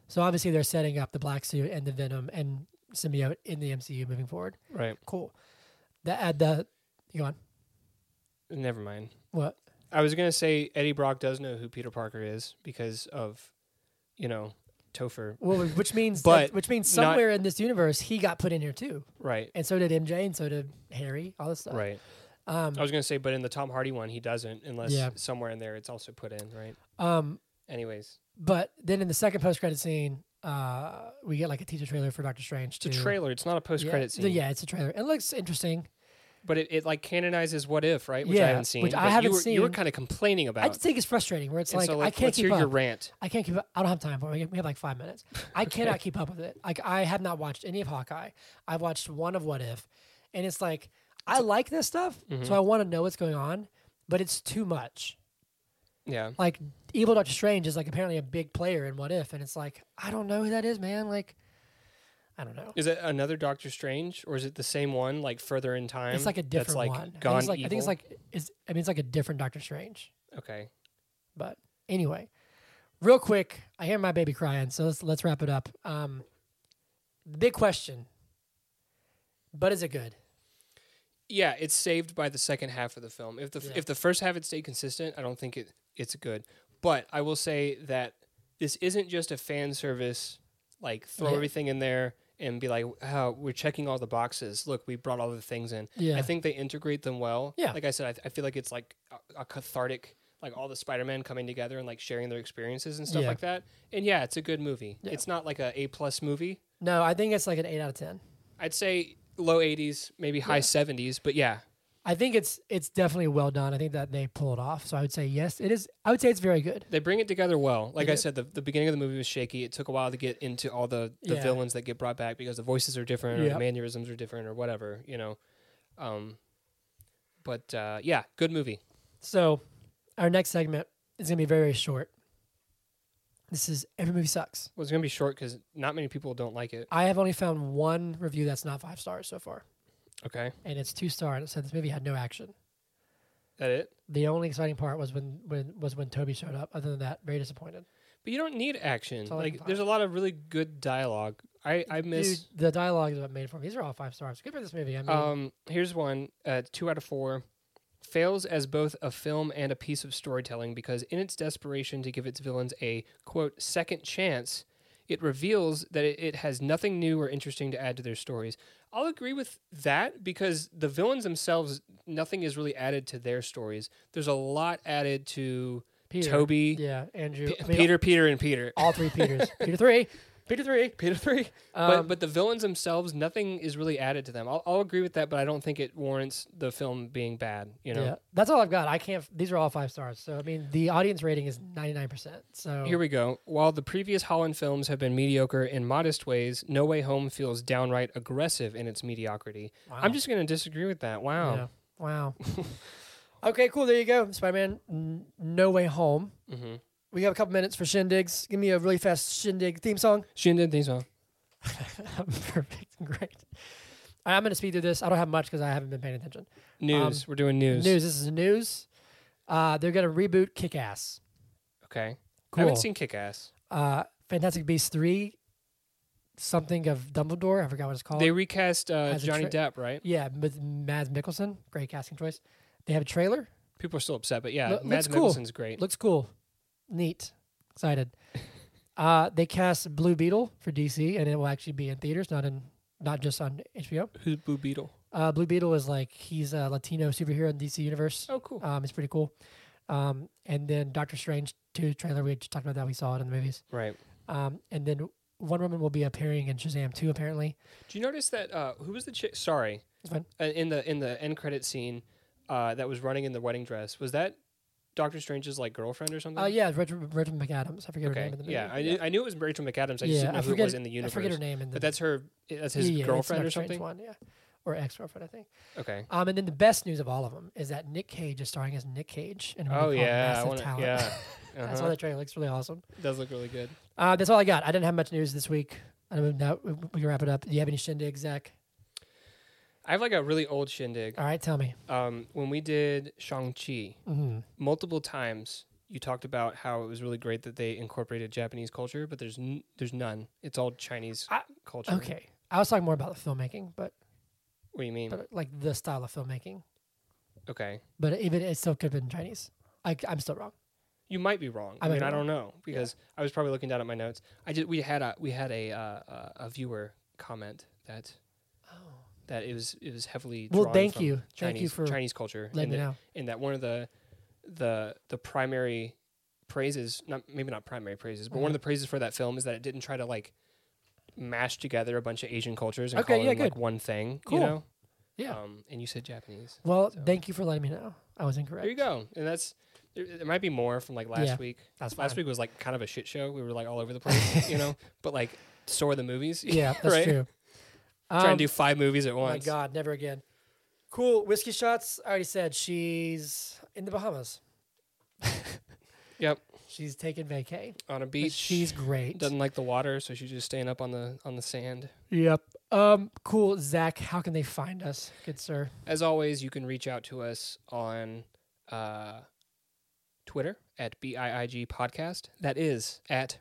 So obviously they're setting up the black suit and the Venom and symbiote in the MCU moving forward.
right.
Cool. That add the you go on
Never mind.
what?
I was gonna say Eddie Brock does know who Peter Parker is because of, you know, Topher.
Well, which means
But
which means
not-
somewhere in this universe he got put in here too,
Right.
and so did MJ, and so did Harry, all this stuff.
Right.
Um,
I was gonna say, but in the Tom Hardy one, he doesn't, unless
Yeah.
somewhere in there it's also put in, right?
um,
Anyways,
but then in the second post credit scene, uh, we get like a teaser trailer for Doctor Strange.
it's a trailer. It's not a post credit
yeah,
scene.
Yeah, it's a trailer. It looks interesting.
But it, it like canonizes What If, right? Which I
Yeah,
haven't seen.
which I
but
haven't
you were, You were
seen.
kind of complaining about.
I just think it's frustrating where it's
And
like,
so,
I can't
let's
keep
hear
up.
your rant.
I can't keep up. I don't have time for it. We have- We have like five minutes. I cannot keep up with it. Like I have not watched any of Hawkeye. I've watched one of What If, and it's like I like this stuff,
Mm-hmm.
so I want to know what's going on, but it's too much.
Yeah.
Like Evil Doctor Strange is like apparently a big player in What If, and it's like I don't know who that is, man. Like I don't know.
Is it another Doctor Strange, or is it the same one, like further in time?
It's like a different
that's, like,
one. I
Gone
think it's like I think it's
evil?
like is I mean it's like a different Doctor Strange.
okay.
But anyway, real quick, I hear my baby crying, so let's let's wrap it up. Um, the big question. But is it good?
Yeah, it's saved by the second half of the film. If the
Yeah.
if the first half had stayed consistent, I don't think it it's good. But I will say that this isn't just a fan service. Like throw
Yeah.
everything in there and be like, oh, we're checking all the boxes. Look, we brought all the things in.
Yeah.
I think they integrate them well.
Yeah.
Like I said, I, th- I feel like it's like a, a cathartic, like all the Spider-Man coming together and like sharing their experiences and stuff
Yeah.
like that. And yeah, it's a good movie.
Yeah.
It's not like a A plus movie.
No, I think it's like an eight out of ten.
I'd say low 80s, maybe high 70s, but yeah,
I think it's it's definitely well done. I think that they pull it off. So I would say yes, it is. I would say it's very good.
they bring it together well. Like
They
I
do.
said, the, the beginning of the movie was shaky. It took a while to get into all the, the
Yeah.
villains that get brought back because the voices are different or
Yep.
the mannerisms are different or whatever, you know. Um, but uh, yeah, good movie.
So our next segment is gonna be very, very short. This is every movie sucks.
Well, it's going to be short because not many people don't like it.
I have only found one review that's not five stars so far,
Okay.
and it's two star, and it said this movie had no action.
That it?
The only exciting part was when, when was when Toby showed up. Other than that, very disappointed.
But you don't need action.
That's all I can
Like, there's a lot of really good dialogue. I, I miss.
Dude, the dialogue is what made it for me. These are all five stars. Good for this movie. I mean,
Um, here's one. Uh, two out of four. Fails as both a film and a piece of storytelling because, in its desperation to give its villains a quote second chance, it reveals that it, it has nothing new or interesting to add to their stories. I'll agree with that because the villains themselves, nothing is really added to their stories. There's a lot added to
Peter,
Toby,
yeah, Andrew,
P-
I mean,
Peter, Peter, and Peter.
all three Peters, Peter three, Peter three.
Peter three.
Um,
but but the villains themselves, nothing is really added to them. I'll, I'll agree with that, but I don't think it warrants the film being bad. You know.
Yeah, that's all I've got. I can't. These are all five stars. So I mean, the audience rating is ninety nine percent. So
Here we go. While the previous Holland films have been mediocre in modest ways, No Way Home feels downright aggressive in its mediocrity.
Wow.
I'm just going to disagree with that. Wow.
Yeah. Wow. okay, cool. There you go. Spider Man, No Way Home.
Mhm.
We have a couple minutes for shindigs. Give me a really fast shindig theme song.
She didn't think so.
Perfect. Great. All right, I'm going to speed through this. I don't have much because I haven't been paying attention.
News. We're doing news.
Um, News. This is news. Uh, they're going to reboot Kick Ass.
Okay. I
Cool.
haven't seen Kick Ass.
Uh, Fantastic Beasts 3, something of Dumbledore. I forgot what it's called.
They recast uh,
As a
Johnny
tra-
Depp, right?
yeah, with Mads Mikkelsen. Great casting choice. They have a trailer.
People are still upset, but yeah,
Lo-
Mads
looks cool.
Mikkelsen's great.
Looks cool. Neat. Excited. Uh, they cast Blue Beetle for DC, and it will actually be in theaters, not in not just on HBO.
Who's Blue Beetle?
Uh, Blue Beetle is like he's a Latino superhero in DC universe.
Oh, cool.
Um, it's pretty cool. Um, and then Doctor Strange two trailer we just talked about that we saw it in the movies.
right.
Um, and then Wonder Woman will be appearing in Shazam two apparently.
Do you notice that? Uh, who was the chick? Sorry,
It's fine.
Uh, in the in the end credit scene, uh, that was running in the wedding dress. Was that Doctor Strange's like girlfriend or something?
Uh, yeah, Rachel, Rachel McAdams. I forget her
Okay.
name in the movie.
Yeah, I knew, I knew it was Rachel McAdams. I just didn't know
I
who it was in the
I
universe.
forget her name in the.
But that's her. That's his
yeah, yeah, it's
girlfriend
Doctor
or
Strange
something.
One, yeah, or ex girlfriend, I think.
Okay.
Um, and then the best news of all of them is that Nick Cage is starring as Nick Cage. And
Oh yeah. I wanna,
talent.
yeah.
that's why
Uh-huh.
the trailer looks really awesome.
Does look really good.
Uh, that's all I got. I didn't have much news this week. I don't know. We we can wrap it up. Do you have any shindig, Zach?
I have like a really old shindig.
All right, tell me.
Um, when we did Shang Chi,
Mm-hmm.
multiple times you talked about how it was really great that they incorporated Japanese culture, but there's n- there's none. It's all Chinese
I-
culture.
Okay, I was talking more about the filmmaking, but,
What do you mean?
but like the style of filmmaking.
Okay.
But even it still could have been Chinese. I, I'm still wrong.
You might be wrong.
I
I,
might
mean,
be
I don't know because I was probably looking down at my notes. I just we had a we had a uh, uh, a viewer comment that
Oh,
that it was it was heavily
Well,
drawn
thank
from
you.
Chinese,
Thank you for
Chinese culture
Let
and
me
that,
know.
and that one of the the the primary praises not maybe not primary praises
Uh-huh.
but one of the praises for that film is that it didn't try to like mash together a bunch of Asian cultures and
Okay,
call
yeah,
them like
good.
one thing
Cool.
you know
Yeah.
um, and you said Japanese
Well,
so-
thank you for letting me know. I was incorrect.
there you go and that's there, there might be more from like last
Yeah,
week
That's
last
fine.
week was like kind of a shit show we were like all over the place you know but like so are the movies
Yeah, that's
right?
true.
trying
Um,
to do five movies at
Oh my
once
God, never again. Cool. Whiskey shots. I already said she's in the Bahamas.
Yep.
She's taking vacay.
on a
but
beach
She's great.
doesn't like the water so she's just staying up on the on the sand
Yep. Um, cool. Zach, how can they find us? Good sir.
As always, you can reach out to us on uh, Twitter at BIIG Podcast. That is at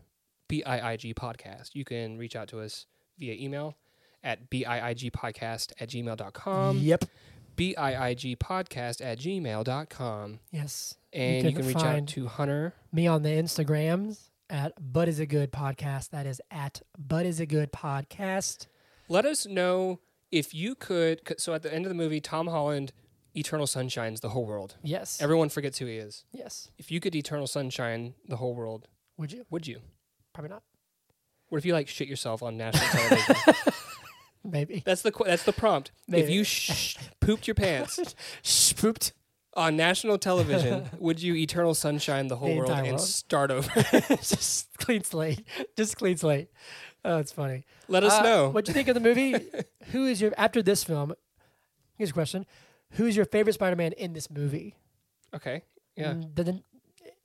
BIIG Podcast. You can reach out to us via email at BIIG Podcast at gmail.com.
yep.
BIIG Podcast at gmail.com.
Yes.
And you can,
can
reach out
find-
to Hunter.
Me on the Instagrams at But Is It Good Podcast. That is at But Is It Good Podcast.
Let us know if you could. 'cause- So at the end of the movie, Tom Holland, Eternal Sunshine's the whole world.
Yes.
Everyone forgets who he is.
yes.
If you could Eternal Sunshine the whole world,
Would you?
would you?
Probably not.
What if you like shit yourself on national television?
Maybe.
that's the qu- that's the prompt. If
Maybe.
you sh- pooped your pants
Spooped.
on national television, would you eternal sunshine the whole
The
world
entire
and
world.
start over?
Just clean slate. Just clean slate. Oh, it's funny.
Let us
Uh,
know.
What'd you think of the movie? who is your after this film? Here's a question: Who's your favorite Spider-Man in this movie?
Okay. Yeah.
Mm, but then,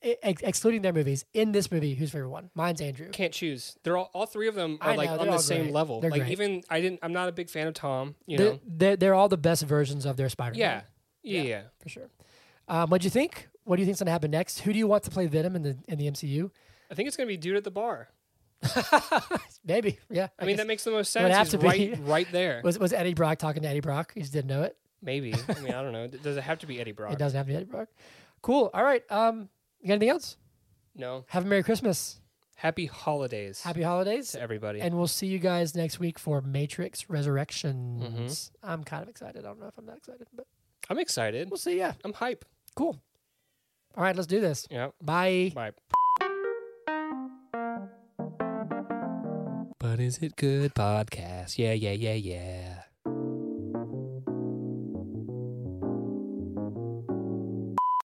e- ex- excluding their movies, in this movie, who's favorite one? Mine's Andrew.
Can't choose. They're all, all three of them
I
are
know,
like
they're
on the
all
same
great.
level.
They're
like
great.
even I didn't. I'm not a big fan of Tom. You
They're,
know.
they're, they're all the best versions of their Spider-Man.
Yeah. Yeah.
Yeah.
yeah.
for sure. Um, what'd you think? What do you think's gonna happen next? Who do you want to play Venom in the in the MCU?
I think it's gonna be dude at the bar.
Maybe. Yeah.
I, mean
guess.
that makes the most
It would
sense.
have
He's
to be.
right right there.
was was Eddie Brock talking to Eddie Brock? You just didn't know it.
Maybe. I mean I don't know. Does it have to be Eddie Brock?
It doesn't have to be Eddie Brock. Cool. All right. Um, you got anything else?
No.
Have a Merry Christmas.
Happy holidays
Happy holidays.
to everybody.
And we'll see you guys next week for Matrix Resurrections.
Mm-hmm.
I'm kind of excited. I don't know if I'm that excited, but
I'm excited.
we'll see. Yeah.
I'm hype.
Cool. All right, let's do this.
Yeah.
Bye.
Bye. But is it good podcast? Yeah, yeah, yeah, yeah.